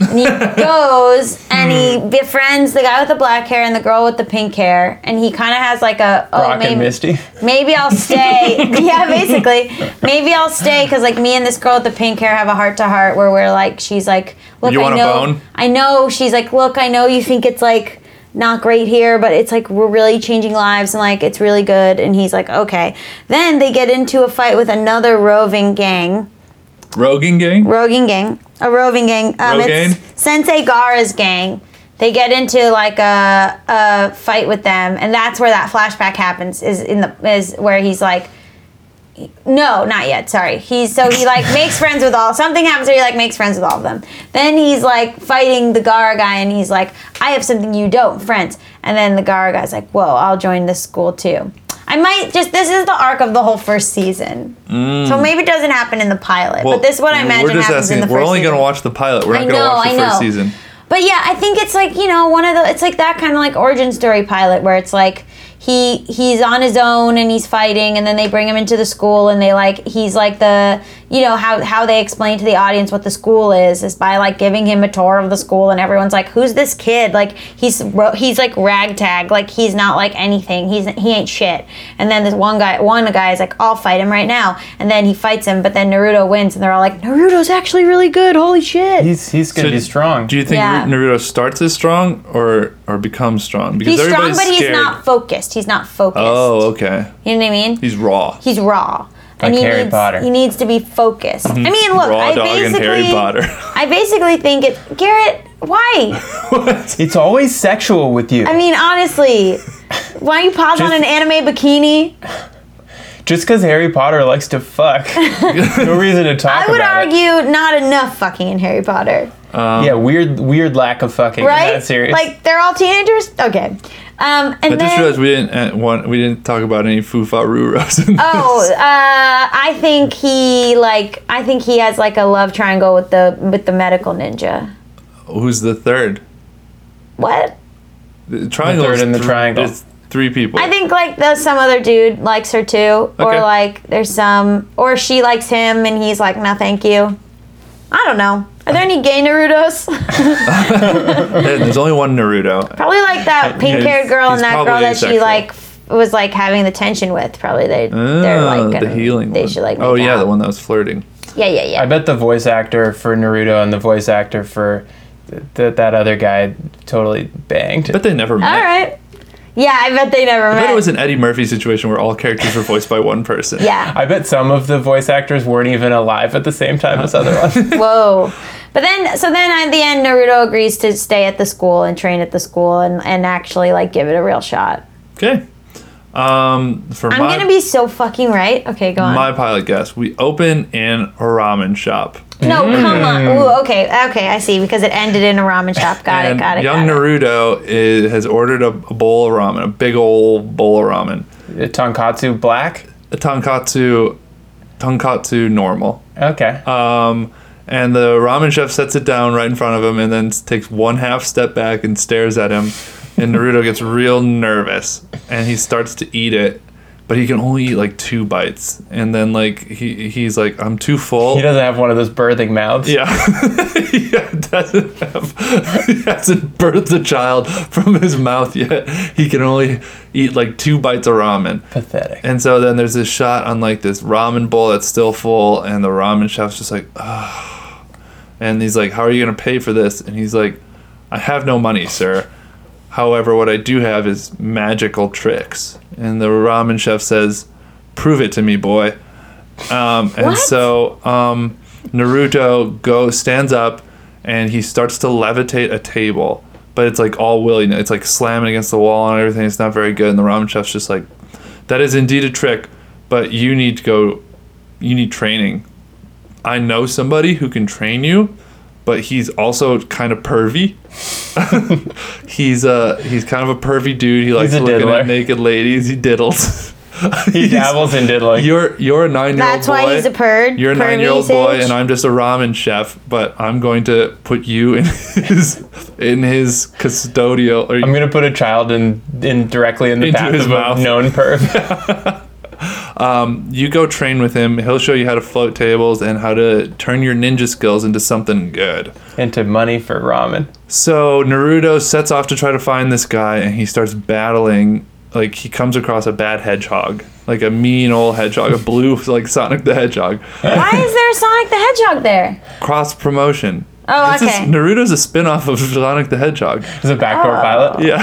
And he goes and
Hmm.
he befriends the guy with the black hair and the girl with the pink hair, and he kind of has like a oh
Rock and
maybe-
Misty.
maybe I'll stay. yeah, basically, maybe I'll stay because like me and this girl with the pink hair have a heart to heart where we're like, she's like, look,
You want
I
a
know,
bone?
I know. She's like, look, I know you think it's like not great here, but it's like we're really changing lives and like it's really good. And he's like, okay. Then they get into a fight with another roving gang,
Rogan gang.
roving gang, a roving gang. Um,
Rogaine?
It's Sensei Gara's gang. They get into like a, a fight with them, and that's where that flashback happens. Is in the is where he's like, no, not yet. Sorry. He's so he like makes friends with all. Something happens where he like makes friends with all of them. Then he's like fighting the Gara guy, and he's like, I have something you don't, friends. And then the Gara guy's like, Whoa, I'll join this school too. I might just this is the arc of the whole first season, so maybe it doesn't happen in the pilot.
Mm. Well,
but this is what I imagine
We're just
happens
asking.
in the
we're
first
only
season.
gonna watch the pilot. We're
I
not gonna
know,
watch the
I
first
know.
season.
But yeah, I think it's like, you know, one of the it's like that kind of like origin story pilot where it's like he he's on his own and he's fighting and then they bring him into the school and they like he's like the you know how how they explain to the audience what the school is is by like giving him a tour of the school and everyone's like who's this kid like he's ro- he's like ragtag like he's not like anything he's he ain't shit and then this one guy one guy is like I'll fight him right now and then he fights him but then Naruto wins and they're all like Naruto's actually really good holy shit
He's he's gonna
So
be strong.
Do you think
Yeah.
Naruto starts as strong or or becomes strong? Because
he's strong but
everybody's
he's
scared.
not focused he's not focused
Oh, okay.
you know what I mean
He's raw.
he's raw.
Like Harry
needs,
Potter.
He needs to be focused. I mean, look,
Mm-hmm. raw
I
dog and
basically,
Harry Potter.
I basically think it's Garrett. Why?
it's always sexual with you.
I mean, honestly, why you pause on
Just-
an anime bikini?
Just because Harry Potter likes to fuck, no reason to talk
I would
about it.
argue not enough fucking in Harry Potter,
Um,
yeah, weird weird lack of fucking
right?
in that series.
Like they're all teenagers. Okay, um, and
I just
then
realized we didn't uh, want we didn't talk about any fufa ruros in
oh, uh, I think he like I think he has like a love triangle with the with the medical ninja.
this. Who's the third?
What?
The triangle.
third
is
in the
thr-
triangle.
It's three people.
I think like the some other dude likes her too, or
Okay.
like there's some, or she likes him and he's like, no, thank you. I don't know. Are there any gay Narutos?
Hey, There's only one Naruto.
probably like that pink-haired
he's-
girl
he's
and that girl
probably
that she
asexual.
like f- was like having the tension with. Probably they they're
Ah,
like gonna,
the healing
They
one.
should like.
oh
make
yeah,
out.
the one that was flirting.
Yeah, yeah, yeah.
I bet the voice actor for Naruto and the voice actor for th- th- that other guy totally banged.
But they never met.
All right. Yeah, I bet they never
I
met.
bet it was an Eddie Murphy situation where all characters were voiced by one person.
yeah.
I bet some of the voice actors weren't even alive at the same time as other ones. Uh,
Whoa. But then, so then at the end, Naruto agrees to stay at the school and train at the school and, and actually like give it a real shot.
Okay. Um, for
I'm
my
gonna be so fucking right. Okay, go on.
my pilot guess, we open in a ramen shop.
no, come on.
Mm.
Ooh, okay, okay, I see because it ended in a ramen shop. Got it,
and
got it.
young
got it.
Naruto is, has ordered a, a bowl of ramen, a big old bowl of ramen,
Tonkatsu Black.
a tonkatsu, tonkatsu normal.
Okay.
Um, and the ramen chef sets it down right in front of him, and then s- takes one half step back and stares at him. And Naruto gets real nervous, and he starts to eat it, but he can only eat like two bites. And then like he he's like, I'm too full.
he doesn't have one of those birthing mouths.
Yeah. yeah, doesn't have, he hasn't birthed a child from his mouth yet. He can only eat like two bites of ramen.
Pathetic.
And so then there's this shot on like this ramen bowl that's still full, and the ramen chef's just like, oh. And he's like, How are you going to pay for this? And he's like, I have no money, sir. However, what I do have is magical tricks. And the ramen chef says, Prove it to me, boy. Um, and
What?
so um, Naruto go stands up and he starts to levitate a table, but it's like all willy. It's like slamming against the wall and everything. It's not very good. And the ramen chef's just like, that is indeed a trick, but you need to go. You need training. I know somebody who can train you, but he's also kind of pervy. he's uh he's kind of a pervy dude. He likes
a
looking
diddler.
at naked ladies. He diddles.
He dabbles in diddling.
You're you're a nine year old boy.
That's why he's a purd.
You're a
pervy
nine year old boy,
sage.
and I'm just a ramen chef. But I'm going to put you in his in his custodial. Or
I'm gonna put a child in, in directly in the
Into
path
his
of
mouth.
a known perv.
you go train with him. He'll show you how to float tables and how to turn your ninja skills into something good.
into money for ramen.
So Naruto sets off to try to find this guy, and he starts battling. Like he comes across a bad hedgehog, like a mean old hedgehog, a blue like Sonic the Hedgehog.
Why is there a Sonic the Hedgehog there?
Cross promotion.
Oh,
This is-
okay.
Naruto's a spin-off of Sonic the Hedgehog.
It's a
Ah.
backdoor pilot.
Yeah.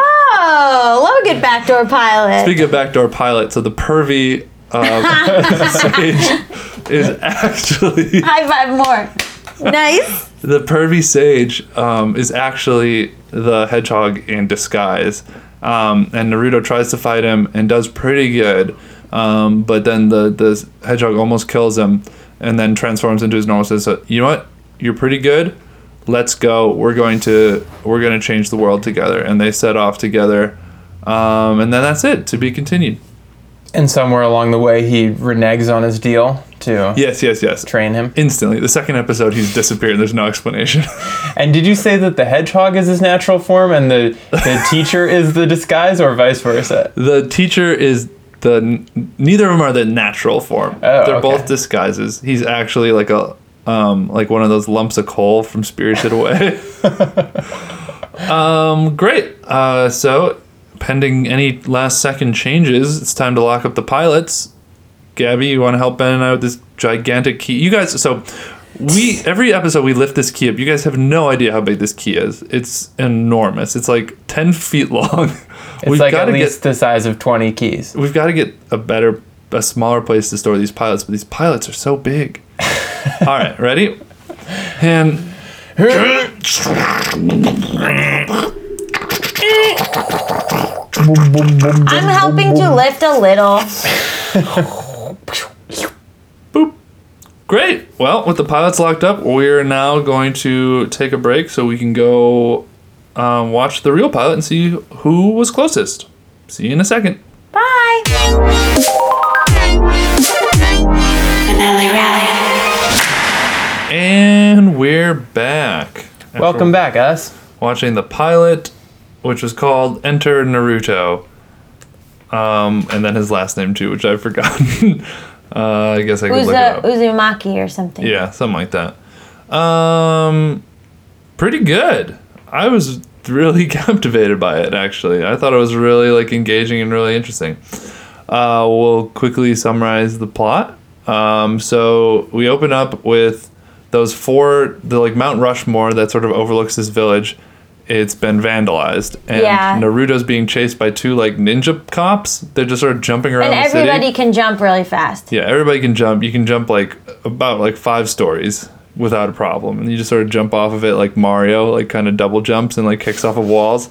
oh, Logan backdoor pilot.
Speaking of backdoor pilot, so the pervy uh, sage is actually
High five more. Nice.
the pervy sage um, is actually the hedgehog in disguise. Um, and Naruto tries to fight him and does pretty good, um, but then the the hedgehog almost kills him, and then transforms into his normal. Says, "You know what? You're pretty good. Let's go. We're going to we're going to change the world together." And they set off together, um, and then that's it. To be continued.
And somewhere along the way, he reneges on his deal to
Yes, yes, yes.
train him.
Instantly, the second episode, he's disappeared. There's no explanation.
And did you say that the hedgehog is his natural form and the, the teacher is the disguise or vice versa?
the teacher is the neither of them are the natural form.
Oh,
They're
okay.
both disguises. He's actually like a um like one of those lumps of coal from Spirited Away. um, great. Uh, so pending any last second changes, it's time to lock up the pilots. Gabby, you want to help Ben and I with this gigantic key? You guys, so we every episode we lift this key up. You guys have no idea how big this key is. It's enormous. It's like ten feet long.
It's like at least the size of 20 keys.
we've got to get a better, a smaller place to store these pilots. But these pilots are so big. All right, ready? And
I'm helping to lift a little.
great. Well, with the pilots locked up, we're now going to take a break so we can go um, watch the real pilot and see who was closest. See you in a second.
Bye.
Finale Rally.
And we're back. After
Welcome back, us.
Watching the pilot, which was called Enter Naruto. Um, and then his last name too, which I've forgotten. uh, I guess I could look it
Uza,
up.
Uzumaki or something.
Yeah, something like that. Um, pretty good. I was really captivated by it. Actually, I thought it was really like engaging and really interesting. Uh, we'll quickly summarize the plot. Um, so we open up with those four, the like Mount Rushmore that sort of overlooks this village. It's been vandalized, and
Yeah.
Naruto's being chased by two like ninja cops. They're just sort of jumping around.
And
the city.
everybody can jump really fast.
Yeah, everybody can jump. You can jump like about like five stories without a problem, and you just sort of jump off of it like Mario, like kind of double jumps and like kicks off of walls.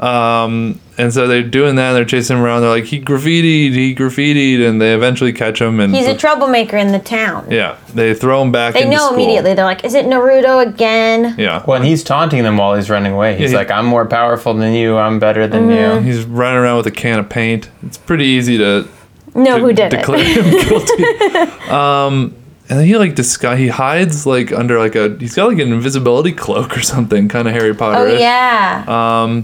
Um, and so they're doing that. They're chasing him around. They're like, he graffitied, he graffitied, and they eventually catch him. And
He's a troublemaker in the town.
yeah, they throw him back.
They
into
know
school.
immediately. They're like, is it Naruto again?
Yeah,
When he's taunting them while he's running away, he's
Yeah, he-
like, I'm more powerful than you, I'm better than
Mm-hmm.
you.
he's running around with a can of paint. It's pretty easy to
No,
to
who did
declare
it?
him guilty. um, and then he like disguise he hides like under like a he's got like an invisibility cloak or something, kind of Harry Potter.
Oh, yeah.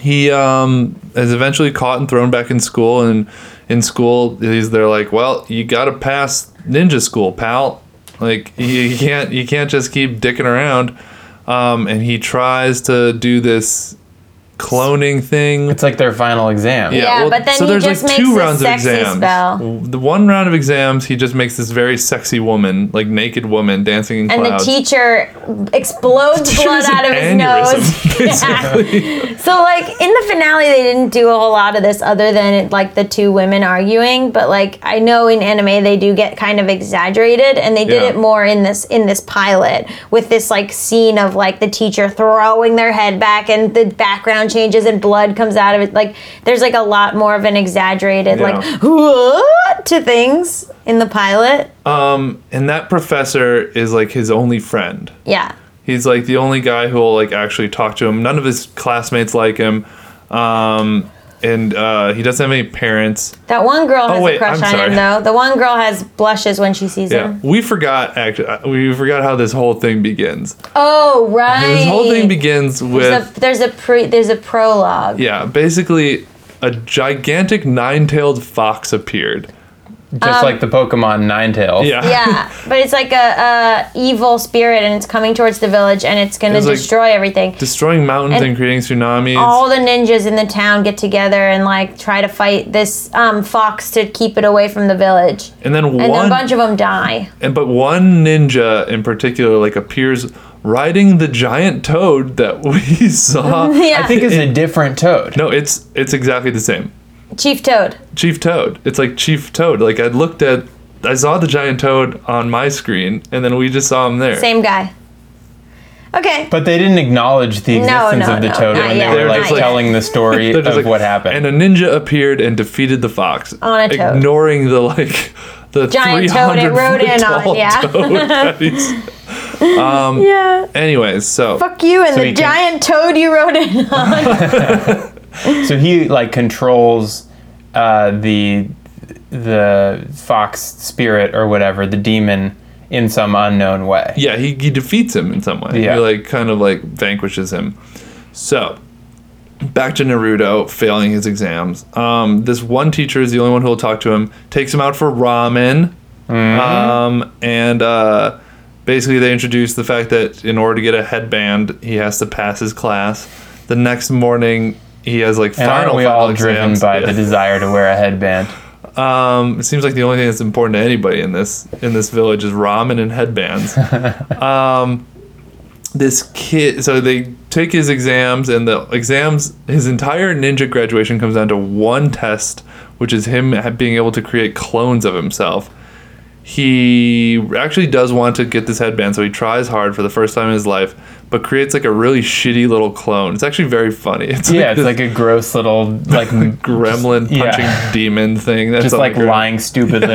He um is eventually caught and thrown back in school, and in school he's they're like, well, you got to pass ninja school, pal. Like you you can't you can't just keep dicking around. Um, and he tries to do this cloning thing.
It's like their final exam.
Yeah, but then he just makes this sexy spell.
W- The one round of exams, he just makes this very sexy woman, like naked woman, dancing in
and the
clouds.
teacher explodes
She
blood
was an
out of his
aneurysm,
nose. Yeah. So like in the finale they didn't do a whole lot of this other than it, like the two women arguing, but like I know in anime they do get kind of exaggerated and they did
Yeah.
it more in this in this pilot with this like scene of like the teacher throwing their head back and the background changes and blood comes out of it like there's like a lot more of an exaggerated
Yeah.
like "What?" to things in the pilot.
and that professor is like his only friend.
Yeah.
He's like the only guy who will like actually talk to him. None of his classmates like him, um, and uh, he doesn't have any parents.
That one girl has
Oh, wait,
a crush
I'm
on
sorry.
him, though. The one girl has blushes when she sees
Yeah,
him.
we forgot actually. We forgot how this whole thing begins.
Oh, right.
This whole thing begins
there's
with
a, there's a pre there's a prologue.
yeah, basically a gigantic nine-tailed fox appeared.
Just
Um,
like the Pokemon Ninetales.
Yeah.
Yeah, but it's like a, a evil spirit, and it's coming towards the village, and it's gonna
It's like-
destroy everything.
destroying mountains and,
And
creating tsunamis.
All the ninjas in the town get together and like try to fight this um, fox to keep it away from the village,
and then
and
one,
then a bunch of them die.
and but one ninja in particular like appears riding the giant toad that we saw.
yeah,
I think it's a different toad.
No, it's it's exactly the same.
Chief Toad.
Chief Toad. It's like Chief Toad. Like I looked at, I saw the giant toad on my screen, and then we just saw him there.
Same guy. Okay.
But they didn't acknowledge the existence
no,
of the
no,
toad
not
when
yet,
they were
not
like
yet.
telling the story
They're
of
just like-
what happened.
And a ninja appeared and defeated the fox,
On a toad.
ignoring the like the
Giant toad
300
it rode
foot
in on,
tall
yeah.
toad that he's-
Yeah.
anyways, Um, so
Fuck you and
we
the
can-
giant toad you rode in on.
so he like controls uh, the the fox spirit or whatever, the demon, in some unknown way.
Yeah, he, he defeats him in some way.
Yeah.
He like kind of like vanquishes him. So back to Naruto failing his exams. Um, this one teacher is the only one who will talk to him. Takes him out for ramen.
Mm-hmm.
Um, and uh, basically they introduce the fact that in order to get a headband, he has to pass his class. The next morning, he has like
And
final
aren't we
final
all driven
exams.
by
Yeah.
the desire to wear a headband?
Um, it seems like the only thing that's important to anybody in this in this village is ramen and headbands. um, this kid, so they take his exams, and the exams, his entire ninja graduation comes down to one test, which is him ha- being able to create clones of himself. He actually does want to get this headband, so he tries hard for the first time in his life, but creates like a really shitty little clone. It's actually very funny. It's
Yeah, it's
this
like a gross little like m-
gremlin
yeah.
punching demon thing. That's
just
on the
like
ground.
lying stupidly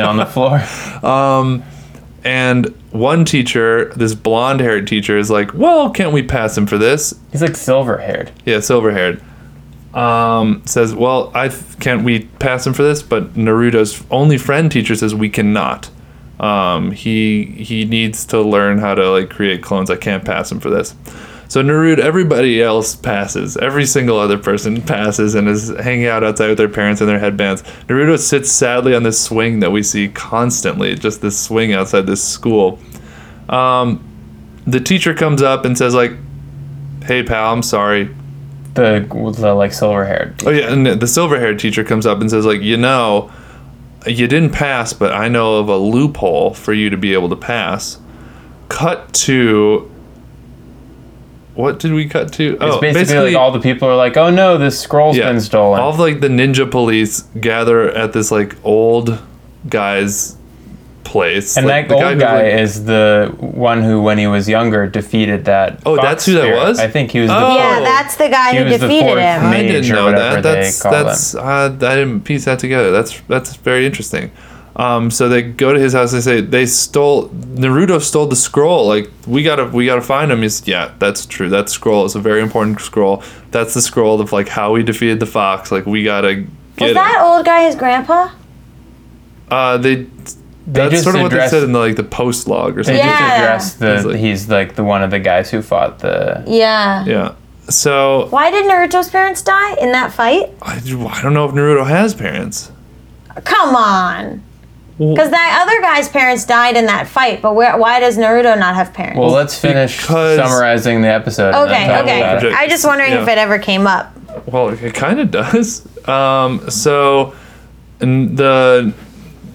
on the floor.
And one teacher, this blonde haired teacher, is like, Well, can't we pass him for this?
He's like silver haired.
Yeah, silver haired. Um, says, Well, I th- can't we pass him for this? But Naruto's only friend teacher says, We cannot. Um, he he needs to learn how to like create clones. I can't pass him for this. So Naruto, everybody else passes. Every single other person passes and is hanging out outside with their parents in their headbands. Naruto sits sadly on this swing that we see constantly, just this swing outside this school. Um, the teacher comes up and says like, "Hey pal, I'm sorry.
The, the like silver haired.
Oh yeah, and the silver-haired teacher comes up and says like, "You know, you didn't pass, but I know of a loophole for you to be able to pass." Cut to what did we cut to? Oh,
It's basically, like all the people are like, oh no, this scroll's
yeah,
been stolen.
All of like the ninja police gather at this like old guy's place.
and
like,
that
the
old guy,
who, like-
is the one who, when he was younger, defeated that.
Oh,
fox
that's who that
spirit.
was?
I think he was
Oh.
the
Yeah,
Oh.
that's the guy
He
who
was the
defeated
fourth
him.
man.
I
mage
didn't
or
know
whatever
that.
they
That's
call
that's uh, I didn't piece that together. That's that's very interesting. Um, so they go to his house and say they stole Naruto stole the scroll. Like we gotta we gotta find him. He's yeah, that's true. That scroll is a very important scroll. That's the scroll of like how he defeated the fox. Like we gotta get
Was
it.
that old guy his grandpa?
uh, they that's
just
sort of what they
addressed-
said in the, like the post log or
They
something.
Yeah.
just addressed the.
He's
He's
like-
like, the one of the guys who fought the.
Yeah.
Yeah. So
Why did Naruto's parents die in that fight?
I, I don't know if Naruto has parents.
Come on. Because that other guy's parents died in that fight, but where, why does Naruto not have parents?
Well, let's finish
Because-
summarizing the episode. and then
okay,
talk
okay.
about it.
Project-
I was just wondering
yeah.
if it ever came up.
Well, it kind of does. Um, so, and the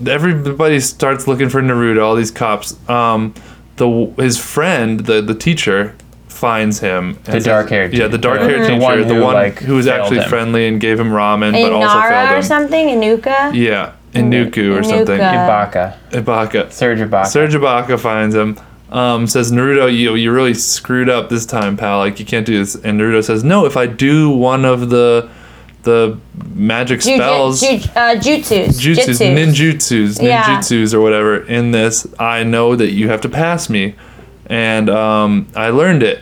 everybody starts looking for Naruto. All these cops. Um, the his friend, the the teacher, finds him.
The dark-haired
Yeah, the
teacher.
dark haired
Mhm. The
teacher,
one
the
who,
one
like,
who was
failed
actually
him.
friendly and gave him ramen, but also failed him.
Inara or something? Inuka?
Yeah, Inuku or something.
Inuka.
Ibaka.
Ibaka.
Serge Ibaka.
Serge Ibaka finds him, um, says, Naruto, you you really screwed up this time, pal. Like you can't do this. And Naruto says, No, if I do one of the the magic
Ju- ju-
spells,
ju- uh, jutsus.
jutsus,
Jitsus.
ninjutsus,
Yeah.
ninjutsus or whatever in this, I know that you have to pass me, and um, I learned it.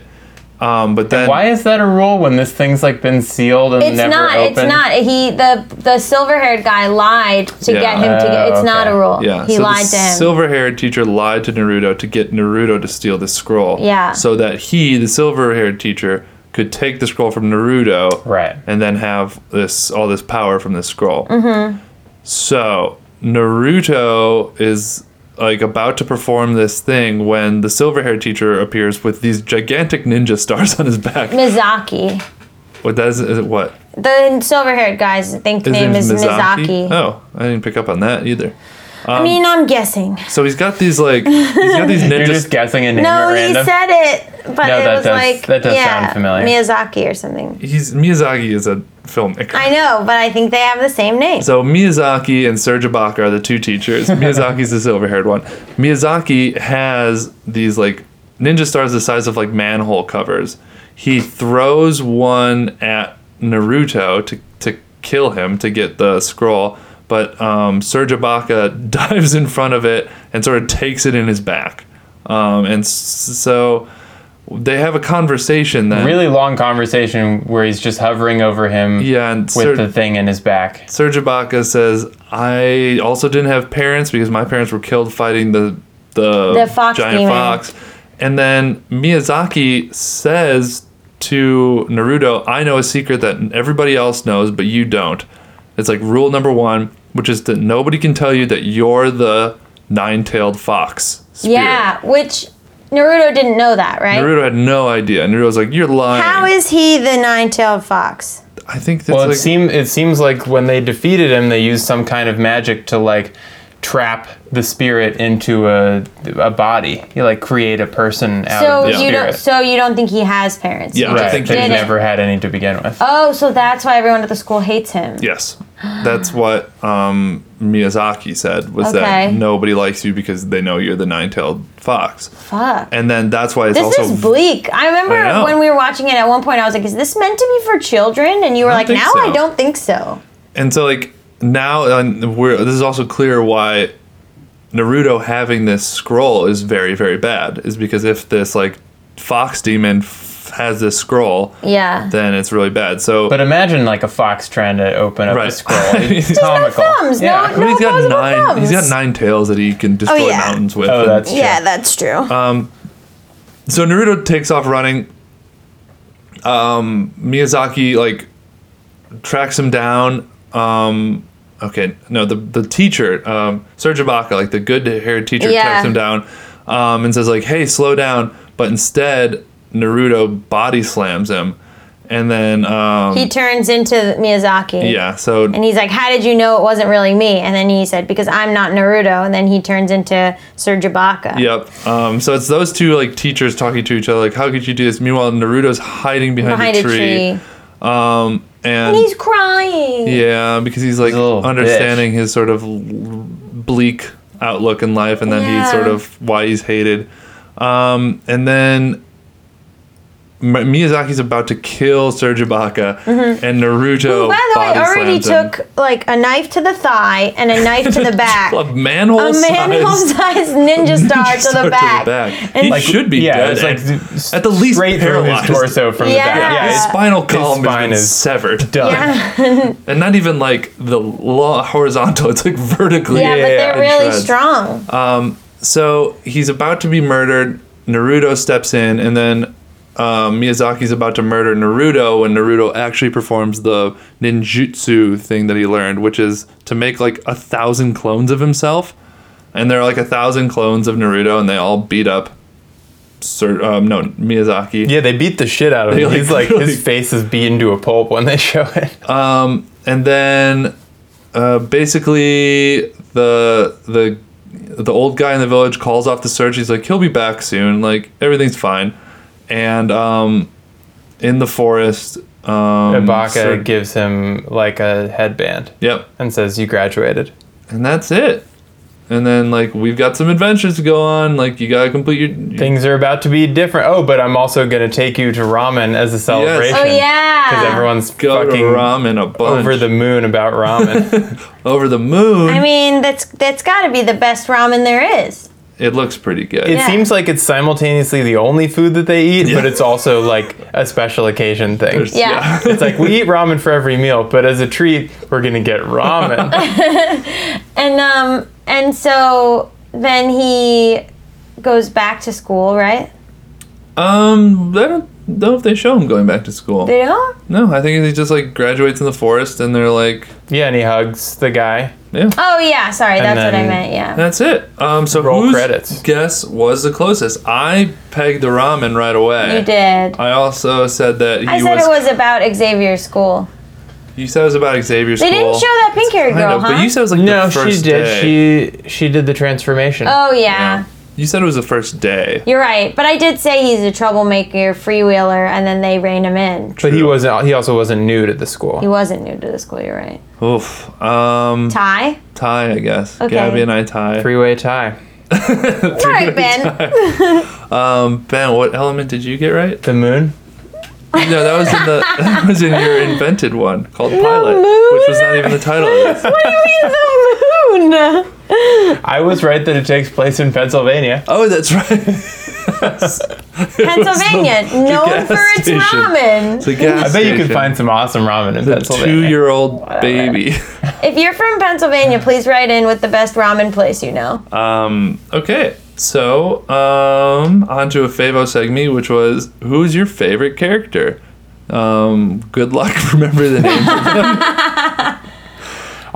Um, but then
Why is that a rule when this thing's like been sealed and
It's
never
not.
opened?
It's not. He the the silver haired guy lied to
Yeah. uh,
get him to get. It's
Oh,
not a
okay.
rule.
Yeah,
he
so
lied
the
to him.
Silver-haired teacher lied to Naruto to get Naruto to steal the scroll.
Yeah.
So that he, the silver-haired teacher, could take the scroll from Naruto.
Right.
And then have this all this power from this scroll. Mm-hmm. So Naruto is like about to perform this thing when the silver-haired teacher appears with these gigantic ninja stars on his back.
Mizaki.
What that is, is it what?
The silver haired guy's I think
His
name
name's
is Mizaki.
Oh, I didn't pick up on that either.
I mean, I'm guessing.
So he's got these like he's got these ninja
You're just guessing a name
No,
at
he
random.
said it, but
No,
it
that
was
does-
like
that does
yeah,
sound familiar.
Miyazaki or something.
he's Miyazaki is a filmmaker.
I know, but I think they have the same name.
so Miyazaki and Serge Ibaka are the two teachers. Miyazaki's the silver-haired one. Miyazaki has these like ninja stars the size of like manhole covers. He throws one at Naruto to to kill him to get the scroll, but um, Serge Ibaka dives in front of it and sort of takes it in his back. Um, and s- so they have a conversation then.
Really long conversation where he's just hovering over him
Yeah, and
with
Sir-
the thing in his back.
Serge Ibaka says, "I also didn't have parents because my parents were killed fighting the the,
The fox
giant
demon.
fox." And then Miyazaki says to Naruto, "I know a secret that everybody else knows, but you don't." It's like rule number one, which is that nobody can tell you that you're the nine-tailed fox. Spirit.
Yeah, which Naruto didn't know that, right?
Naruto had no idea. Naruto was like, "You're lying."
How is he the nine-tailed fox?
I think that's
Well, it
like
seem it seems like when they defeated him, they used some kind of magic to like trap the spirit into a a body. You like create a person out
So
of Oh, the
Yeah.
you
spirit.
don't. So you don't think he has parents?
Yeah,
You
I
right.
just
think
that he
did it.
never had any to begin with.
Oh, so that's why everyone at the school hates him.
Yes. That's what um, Miyazaki said was that
Okay.
nobody likes you because they know you're the nine-tailed fox.
Fuck.
And then that's why it's
This
also
is bleak. I remember
I know.
when we were watching it at one point, I was like, is this meant to be for children? And you were
I
like,
think
now
so.
I don't think so.
and so like now and we're this is also clear why Naruto having this scroll is very very bad is because if this like fox demon f- has this scroll
Yeah.
then it's really bad. So
But imagine like a fox trying to open up
Right.
a scroll.
He's
It's
got
comical.
thumbs, no-
yeah.
I mean, he's
no,
got
those are
nine. He's got
thumbs.
nine tails that he
Oh,
can destroy
yeah.
mountains with.
Oh,
and-
that's true.
Yeah, that's true.
Um, so Naruto takes off running. Um, Miyazaki like tracks him down. Um, okay, no, the the teacher, um, Serge Ibaka, like the good haired teacher,
Yeah.
tracks him down um, and says like, "Hey, slow down!" But instead, Naruto body slams him, and then um,
He turns into Miyazaki.
yeah, so
And he's like, how did you know it wasn't really me? And then he said, because I'm not Naruto. And then he turns into Serge Ibaka.
Yep. Um, so it's those two like teachers talking to each other, like, "How could you do this?" Meanwhile, Naruto's hiding behind,
Behind
a tree, Um,
a tree.
and
He's crying.
Yeah, because he's like
a little
understanding his sort of l- bleak outlook in life, and then he's
Yeah.
sort of why he's hated. Um, and then M- Miyazaki's about to kill Serge Ibaka, and Naruto.
Mm-hmm. Who, by the way,
oh, body
already
slams him.
took like a knife to the thigh and a knife to the back.
a
A
manhole. size-
manhole-sized ninja star
Just
to the back.
He
Like,
should be
yeah,
dead.
it's like
at, at the least
straight
paralyzed.
through his torso from the back.
Yeah.
Yeah,
His
it's
spinal column
spine
is
is
severed,
done.
Yeah,
and not even like the lo- horizontal. It's like vertically.
yeah, but they're
in
really
shreds.
strong.
So he's about to be murdered. Naruto steps in, and then um, Miyazaki's about to murder Naruto when Naruto actually performs the ninjutsu thing that he learned, which is to make like a thousand clones of himself. And there are like a thousand clones of Naruto, and they all beat up. Sir, um, no, Miyazaki.
Yeah, they beat the shit out of
They,
him.
like,
He's like
really-
his face is beaten to a pulp when they show it.
and then uh, basically the the the old guy in the village calls off the search. He's like, he'll be back soon. Like everything's fine. And um, in the forest, um,
Ibaka
Sir-
gives him like a headband
yep,
and says, "You graduated."
and that's it. And then like we've got some adventures to go on. Like you gotta complete your
Things are about to be different. Oh, but I'm also gonna take you to ramen as a celebration.
Oh
Because
yeah.
everyone's
go to
fucking
ramen a bunch
over the moon about ramen.
over the moon.
I mean, that's that's got to be the best ramen there is.
it looks pretty good.
It
Yeah.
seems like it's simultaneously the only food that they eat, but it's also like a special occasion thing.
Yeah.
It's like we eat ramen for every meal, but as a treat, we're gonna get ramen.
And um and so then he goes back to school, right?
Um, I don't know if they show him going back to school.
They don't.
no, I think he just like graduates in the forest, and they're like,
yeah, and he hugs the guy.
yeah.
Oh yeah, sorry, that's what I
then-
meant. Yeah.
That's it. Um, so
Roll
whose
credits.
guess was the closest? I pegged the ramen right away.
You did.
I also said that he
I said
was,
it was about Xavier's school.
You said it was about Xavier's
They
school.
didn't show that pink-haired
I
girl,
know,
huh?
but you said it was like
No,
the
she
first day.
did. She she did the transformation.
oh
Yeah.
yeah.
You said it was the first day.
You're right, but I did say he's a troublemaker, freewheeler, and then they rein him in.
but he wasn't. He also wasn't nude at the
He
school.
wasn't new to the school. You're right.
Oof. Um,
Ty.
tie, I guess.
Okay.
Gabby and I tie.
Three way tie.
All right, Ben.
Um, Ben, what element did you get right?
The moon.
No, that was in the that was in your invented one called Pilot,
moon.
which was not even the title. Of this.
what do you mean the June.
I was right that it takes place in Pennsylvania.
Oh, that's right.
Pennsylvania, known
gas
for its
station.
ramen.
It's a gas
I bet you
station.
could find some awesome ramen in
a
Pennsylvania.
two-year-old baby.
If you're from Pennsylvania, please write in with the best ramen place you know.
Um, okay, so um, on to a Favo segment, which was who's your favorite character? Um, good luck. Remember the name.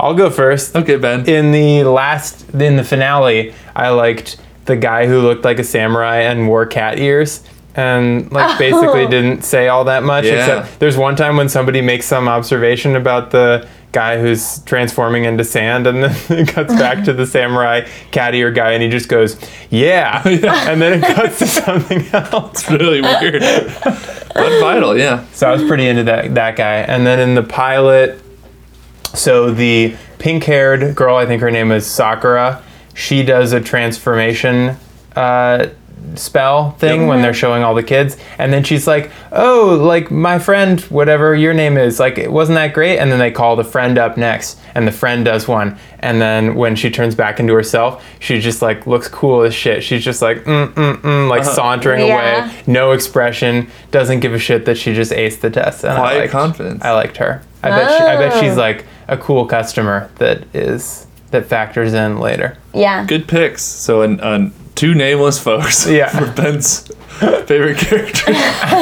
I'll go first.
okay, Ben.
in the last in the finale i liked the guy who looked like a samurai and wore cat ears and like basically didn't say all that much
Oh. Yeah.
except there's one time when somebody makes some observation about the guy who's transforming into sand and then it cuts back to the samurai cat ear guy and he just goes yeah, and then it cuts to something else
It's really weird, but vital. Yeah.
so I was pretty into that that guy. And then in the pilot, so the pink-haired girl, I think her name is Sakura. She does a transformation uh, spell thing when they're showing all the kids, and then she's like, "Oh, like my friend, whatever your name is, like it wasn't that great." And then they call the friend up next, and the friend does one. And then when she turns back into herself, she just like looks cool as shit. She's just like, mm mm mm, like sauntering
Yeah.
away, no expression, doesn't give a shit that she just aced the test. And I
Quiet
liked,
confidence.
I liked her. I bet she, I bet she's
Oh.
like a cool customer that is that factors in later.
Yeah.
Good picks. So, an, an two nameless folks.
Yeah.
For Ben's favorite character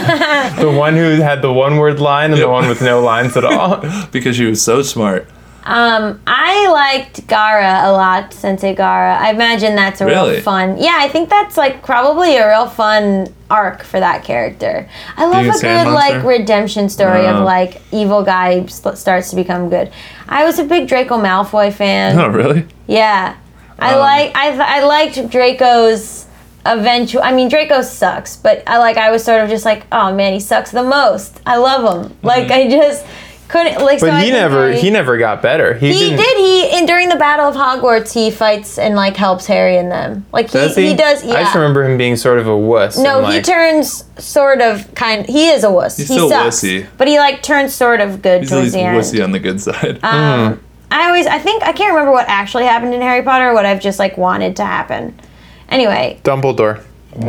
The one who had the one word line and the one with no lines at all.
because she was so smart.
Um, I liked Gara a lot, Sensei Gara. I imagine that's a
Really?
real fun. Yeah, I think that's like probably a real fun arc for that character. I love
Being a
a
sand
good like
monster?
redemption story
Uh.
of like evil guy sl- starts to become good. I was a big Draco Malfoy fan.
Oh, really?
Yeah, I
Um,
like I th- I liked Draco's eventual. I mean, Draco sucks, but I like I was sort of just like, oh man, he sucks the most. I love him. Like I just couldn't like. so
Mm-hmm. But
I
he
think
never
I-
he never got better. He,
he
didn't,
did. He in during the Battle of Hogwarts, he fights and like helps Harry and them. Like he,
Does
he? does. Yeah.
I just remember him being sort of a wuss.
no,
and,
he
like,
turns sort of kind. He is a wuss. he
still
sucks,
wussy.
but he like turns sort of good
He's at
towards
least
the end.
wussy on the good side.
Uh,
Mm-hmm.
Um, I always, I think, I can't remember what actually happened in Harry Potter. What I've just like wanted to happen. Anyway,
Dumbledore.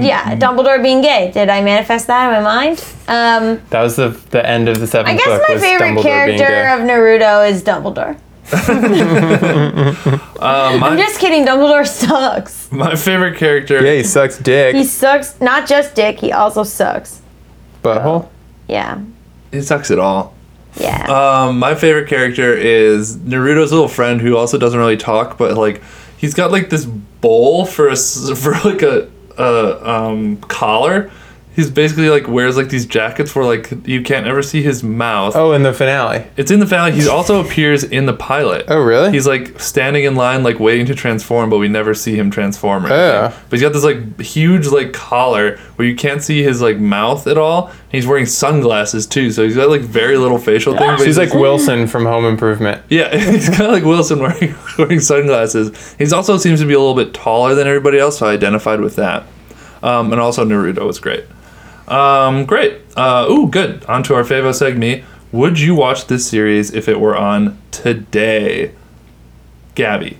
yeah,
Mm-hmm.
Dumbledore being gay. Did I manifest that in my mind? Um,
That was the the end of the seventh
I guess
book.
my
was
favorite
Dumbledore being
character
gay.
of Naruto is Dumbledore.
Uh, my,
I'm just kidding. Dumbledore sucks.
my favorite character.
yeah, he sucks dick.
He sucks. Not just dick. He also sucks.
butthole.
Yeah.
He sucks at all.
Yeah.
Um, my favorite character is Naruto's little friend who also doesn't really talk, but like he's got like this bowl for a s- for like a, a um, collar. He's basically like wears like these jackets where like you can't ever see his mouth.
Oh, in the finale.
It's in the finale. He also appears in the pilot.
Oh, really?
He's like standing in line, like waiting to transform, but we never see him transform. Or anything.
Yeah.
But he's got this like huge like collar where you can't see his like mouth at all. He's wearing sunglasses too, so he's got like very little facial thing. But
She's
he's
like Wilson from Home Improvement.
yeah, he's kind of like Wilson wearing wearing sunglasses. He also seems to be a little bit taller than everybody else, so I identified with that. Um, and also Naruto was great. Um, great. Uh, ooh, good. On to our Favo segment. Would you watch this series if it were on today? Gabby.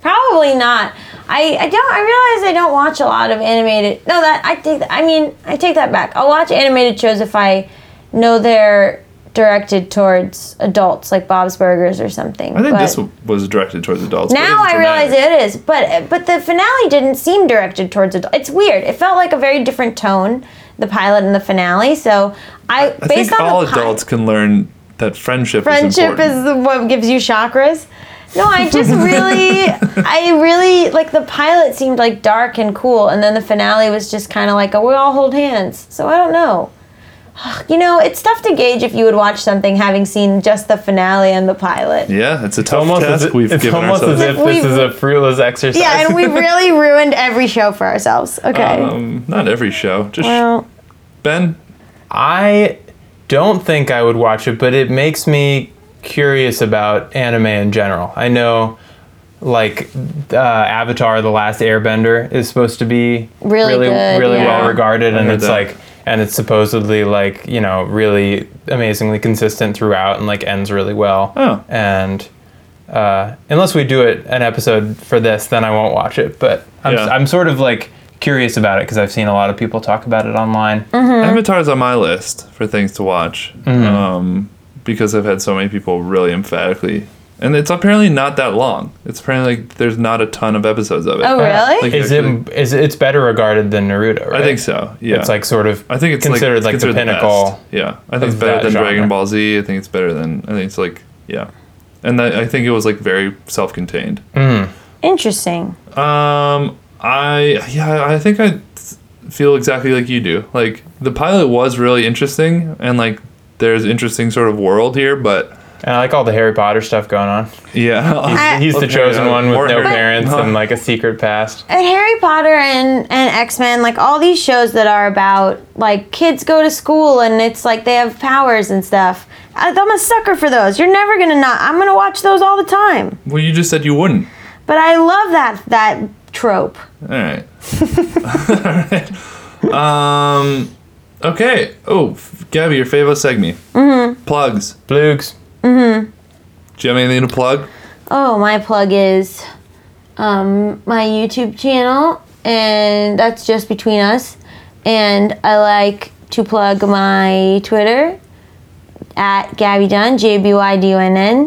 Probably not. I, I don't. I realize I don't watch a lot of animated. No, that I take. I mean, I take that back. I'll watch animated shows if I know they're directed towards adults, like Bob's Burgers or something.
I think
but
this w- was directed towards adults. but
now
it's
I realize
dramatic.
it is, but but the finale didn't seem directed towards adults. It's weird. It felt like a very different tone, the pilot and the finale. So I,
I
based
think
on
all
the pi-
adults can learn that friendship,
friendship
is
is
important.
the- what gives you chakras no i just really i really like the pilot seemed like dark and cool and then the finale was just kind of like oh, we all hold hands so i don't know you know it's tough to gauge if you would watch something having seen just the finale and the pilot
yeah, it's a tough task
if-
we've
it's
given
almost
ourselves.
as if
We've-
this is a fruitless exercise.
Yeah, and we really ruined every show for ourselves. Okay.
um, not every show. Just
well,
Ben.
I don't think I would watch it, but it makes me curious about anime in general. I know, like, uh, Avatar: The Last Airbender is supposed to be
Really
really,
good,
really
yeah.
well regarded, and
heard
it's
that.
like and it's supposedly like you know really amazingly consistent throughout and like ends really well.
Oh.
And uh, unless we do it an episode for this, then I won't watch it. But I'm
Yeah.
I'm sort of like curious about it because I've seen a lot of people talk about it
Mm-hmm.
online.
Avatar's on my list for things to watch
Mm-hmm.
um, because I've had so many people really emphatically. And it's apparently not that long. It's apparently like there's not a ton of episodes of it.
Oh, really?
uh, Like,
Is
actually-
it is it's better regarded than Naruto? Right?
I think so. Yeah.
It's like sort of
I think it's
considered like,
considered
the pinnacle.
best. yeah, I think it's
of
better
that
than
genre.
Dragon Ball Z. I think it's better than. I think it's like yeah, and I I think it was like very self-contained.
Interesting.
Um, I yeah, I think I feel exactly like you do. Like the pilot was really interesting, and like there's interesting sort of world here, but
And I like all the Harry Potter stuff going on.
yeah,
I-
He's the
Okay,
chosen
uh,
one
more
with no
Harry-
parents
Huh.
and like a secret past.
And Harry Potter and, and X Men, like all these shows that are about like kids go to school and it's like they have powers and stuff. I, I'm a sucker for those. You're never gonna not. I'm gonna watch those all the time.
well, you just said you wouldn't.
But I love that that trope.
All right. All right. Um. Okay. Oh, f- Gabby, your favorite segment. Mm-hmm. Plugs.
Blugs.
Do you have anything to plug?
Oh, my plug is um, my YouTube channel, and that's just between us. And I like to plug my Twitter at Gabby Dunn, J B Y D U N N.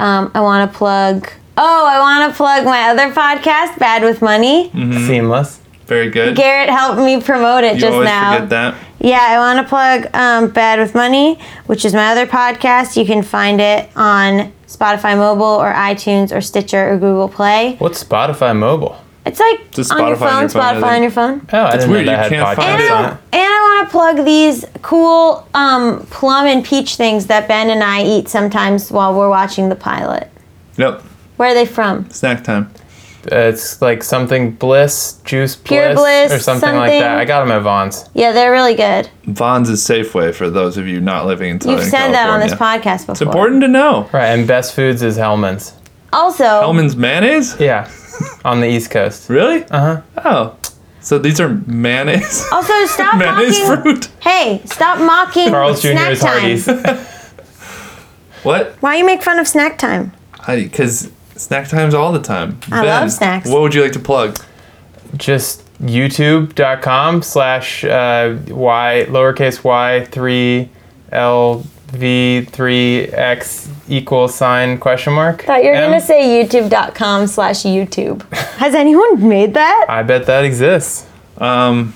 Um, I want to plug. Oh, I want to plug my other podcast, Bad with Money.
Seamless.
Very good.
Garrett helped me promote it
Mm-hmm. you
just
always
now.
forget that.
Yeah, I want to plug um, Bad with Money, which is my other podcast. You can find it on Spotify Mobile or iTunes or Stitcher or Google Play.
What's Spotify Mobile?
It's like
Just
on your
Spotify
phone,
on your phone, I
Spotify
think.
on your phone.
Oh, I
That's
didn't
weird,
know
you
that
can't
had
find
podcasts
it.
on it.
And I want to plug these cool um, plum and peach things that Ben and I eat sometimes while we're watching the pilot.
Yep.
Where are they from?
Snack time.
Uh, It's like something Bliss, Juice
Pure
Bliss,
Bliss,
or something, like
something.
that. I got them at Vaughn's.
Yeah, they're really good.
Vons is Safeway for those of you not living in Southern
You've said
California.
that on this podcast before.
It's important to know.
Right, and Best Foods is Hellman's.
Also,
Hellman's mayonnaise?
Yeah, on the East Coast.
Really? Uh huh. Oh. So these are mayonnaise.
also stop
mayonnaise
mocking.
fruit.
Hey, stop mocking
Carl's Jr.
snack
is
time.
Hardee's. I
What?
Why you make fun of snack time?
Because snack times all the time. I
love snacks.
What would you like to plug?
just youtube.com slash uh, y lowercase y 3 l v 3 x equals sign question mark
Thought you were
M?
gonna say youtube.com slash YouTube.
Has anyone made that?
i bet that exists
Um,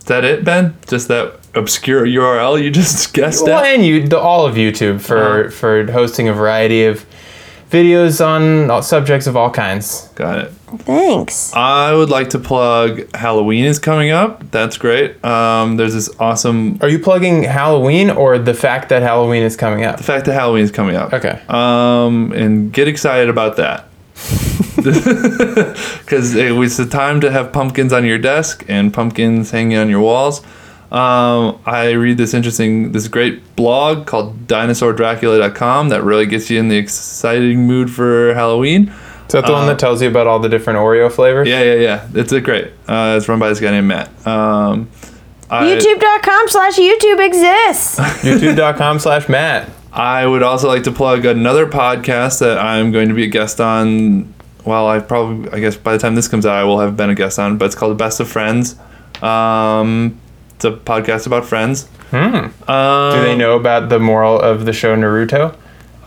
Is that it, Ben? Just that obscure URL you just guessed
well
at?
and you the, all of youtube for
Uh-huh.
for hosting a variety of videos on all, subjects of all kinds
Got it.
Thanks.
I would like to plug Halloween is coming up. That's great. Um, there's this awesome
are you plugging halloween or the fact that halloween is coming up
the fact that Halloween is coming up.
okay
Um, and get excited about that. Because it was the time to have pumpkins on your desk and pumpkins hanging on your walls. Um, I read this interesting, this great blog called dinosaurdracula.com that really gets you in the exciting mood for Halloween.
is that the one that tells you about all the different oreo flavors
Yeah, yeah, yeah. It's a great. Uh, it's run by this guy named Matt. Um, I-
YouTube.com slash YouTube exists.
youtube.com slash matt
I would also like to plug another podcast that I'm going to be a guest on. Well, I probably, I guess by the time this comes out, I will have been a guest on, but it's called Best of Friends. Um, it's a podcast about friends. Um,
Do they know about the moral of the show Naruto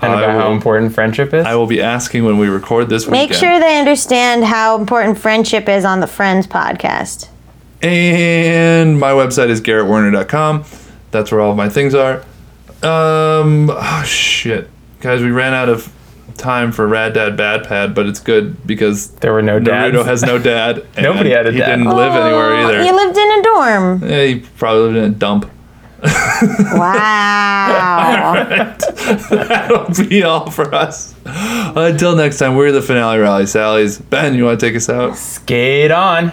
and
I
about how
will-
important friendship is?
I will be asking when we record this
Make
weekend.
sure they understand how important friendship is on the Friends podcast.
And my website is garrettwerner.com. That's where all of my things are. Um, oh, shit. Guys, we ran out of time for Rad Dad Bad Pad, but it's good because
there were no dads.
Naruto has no dad. and
Nobody had a
he
dad.
didn't live anywhere
Oh,
either.
You lived in a dorm.
Yeah, he probably lived in a dump.
Wow.
That'll be all for us. Until next time, we're the finale rally. Sally's Ben, you want to take us out?
Skate on.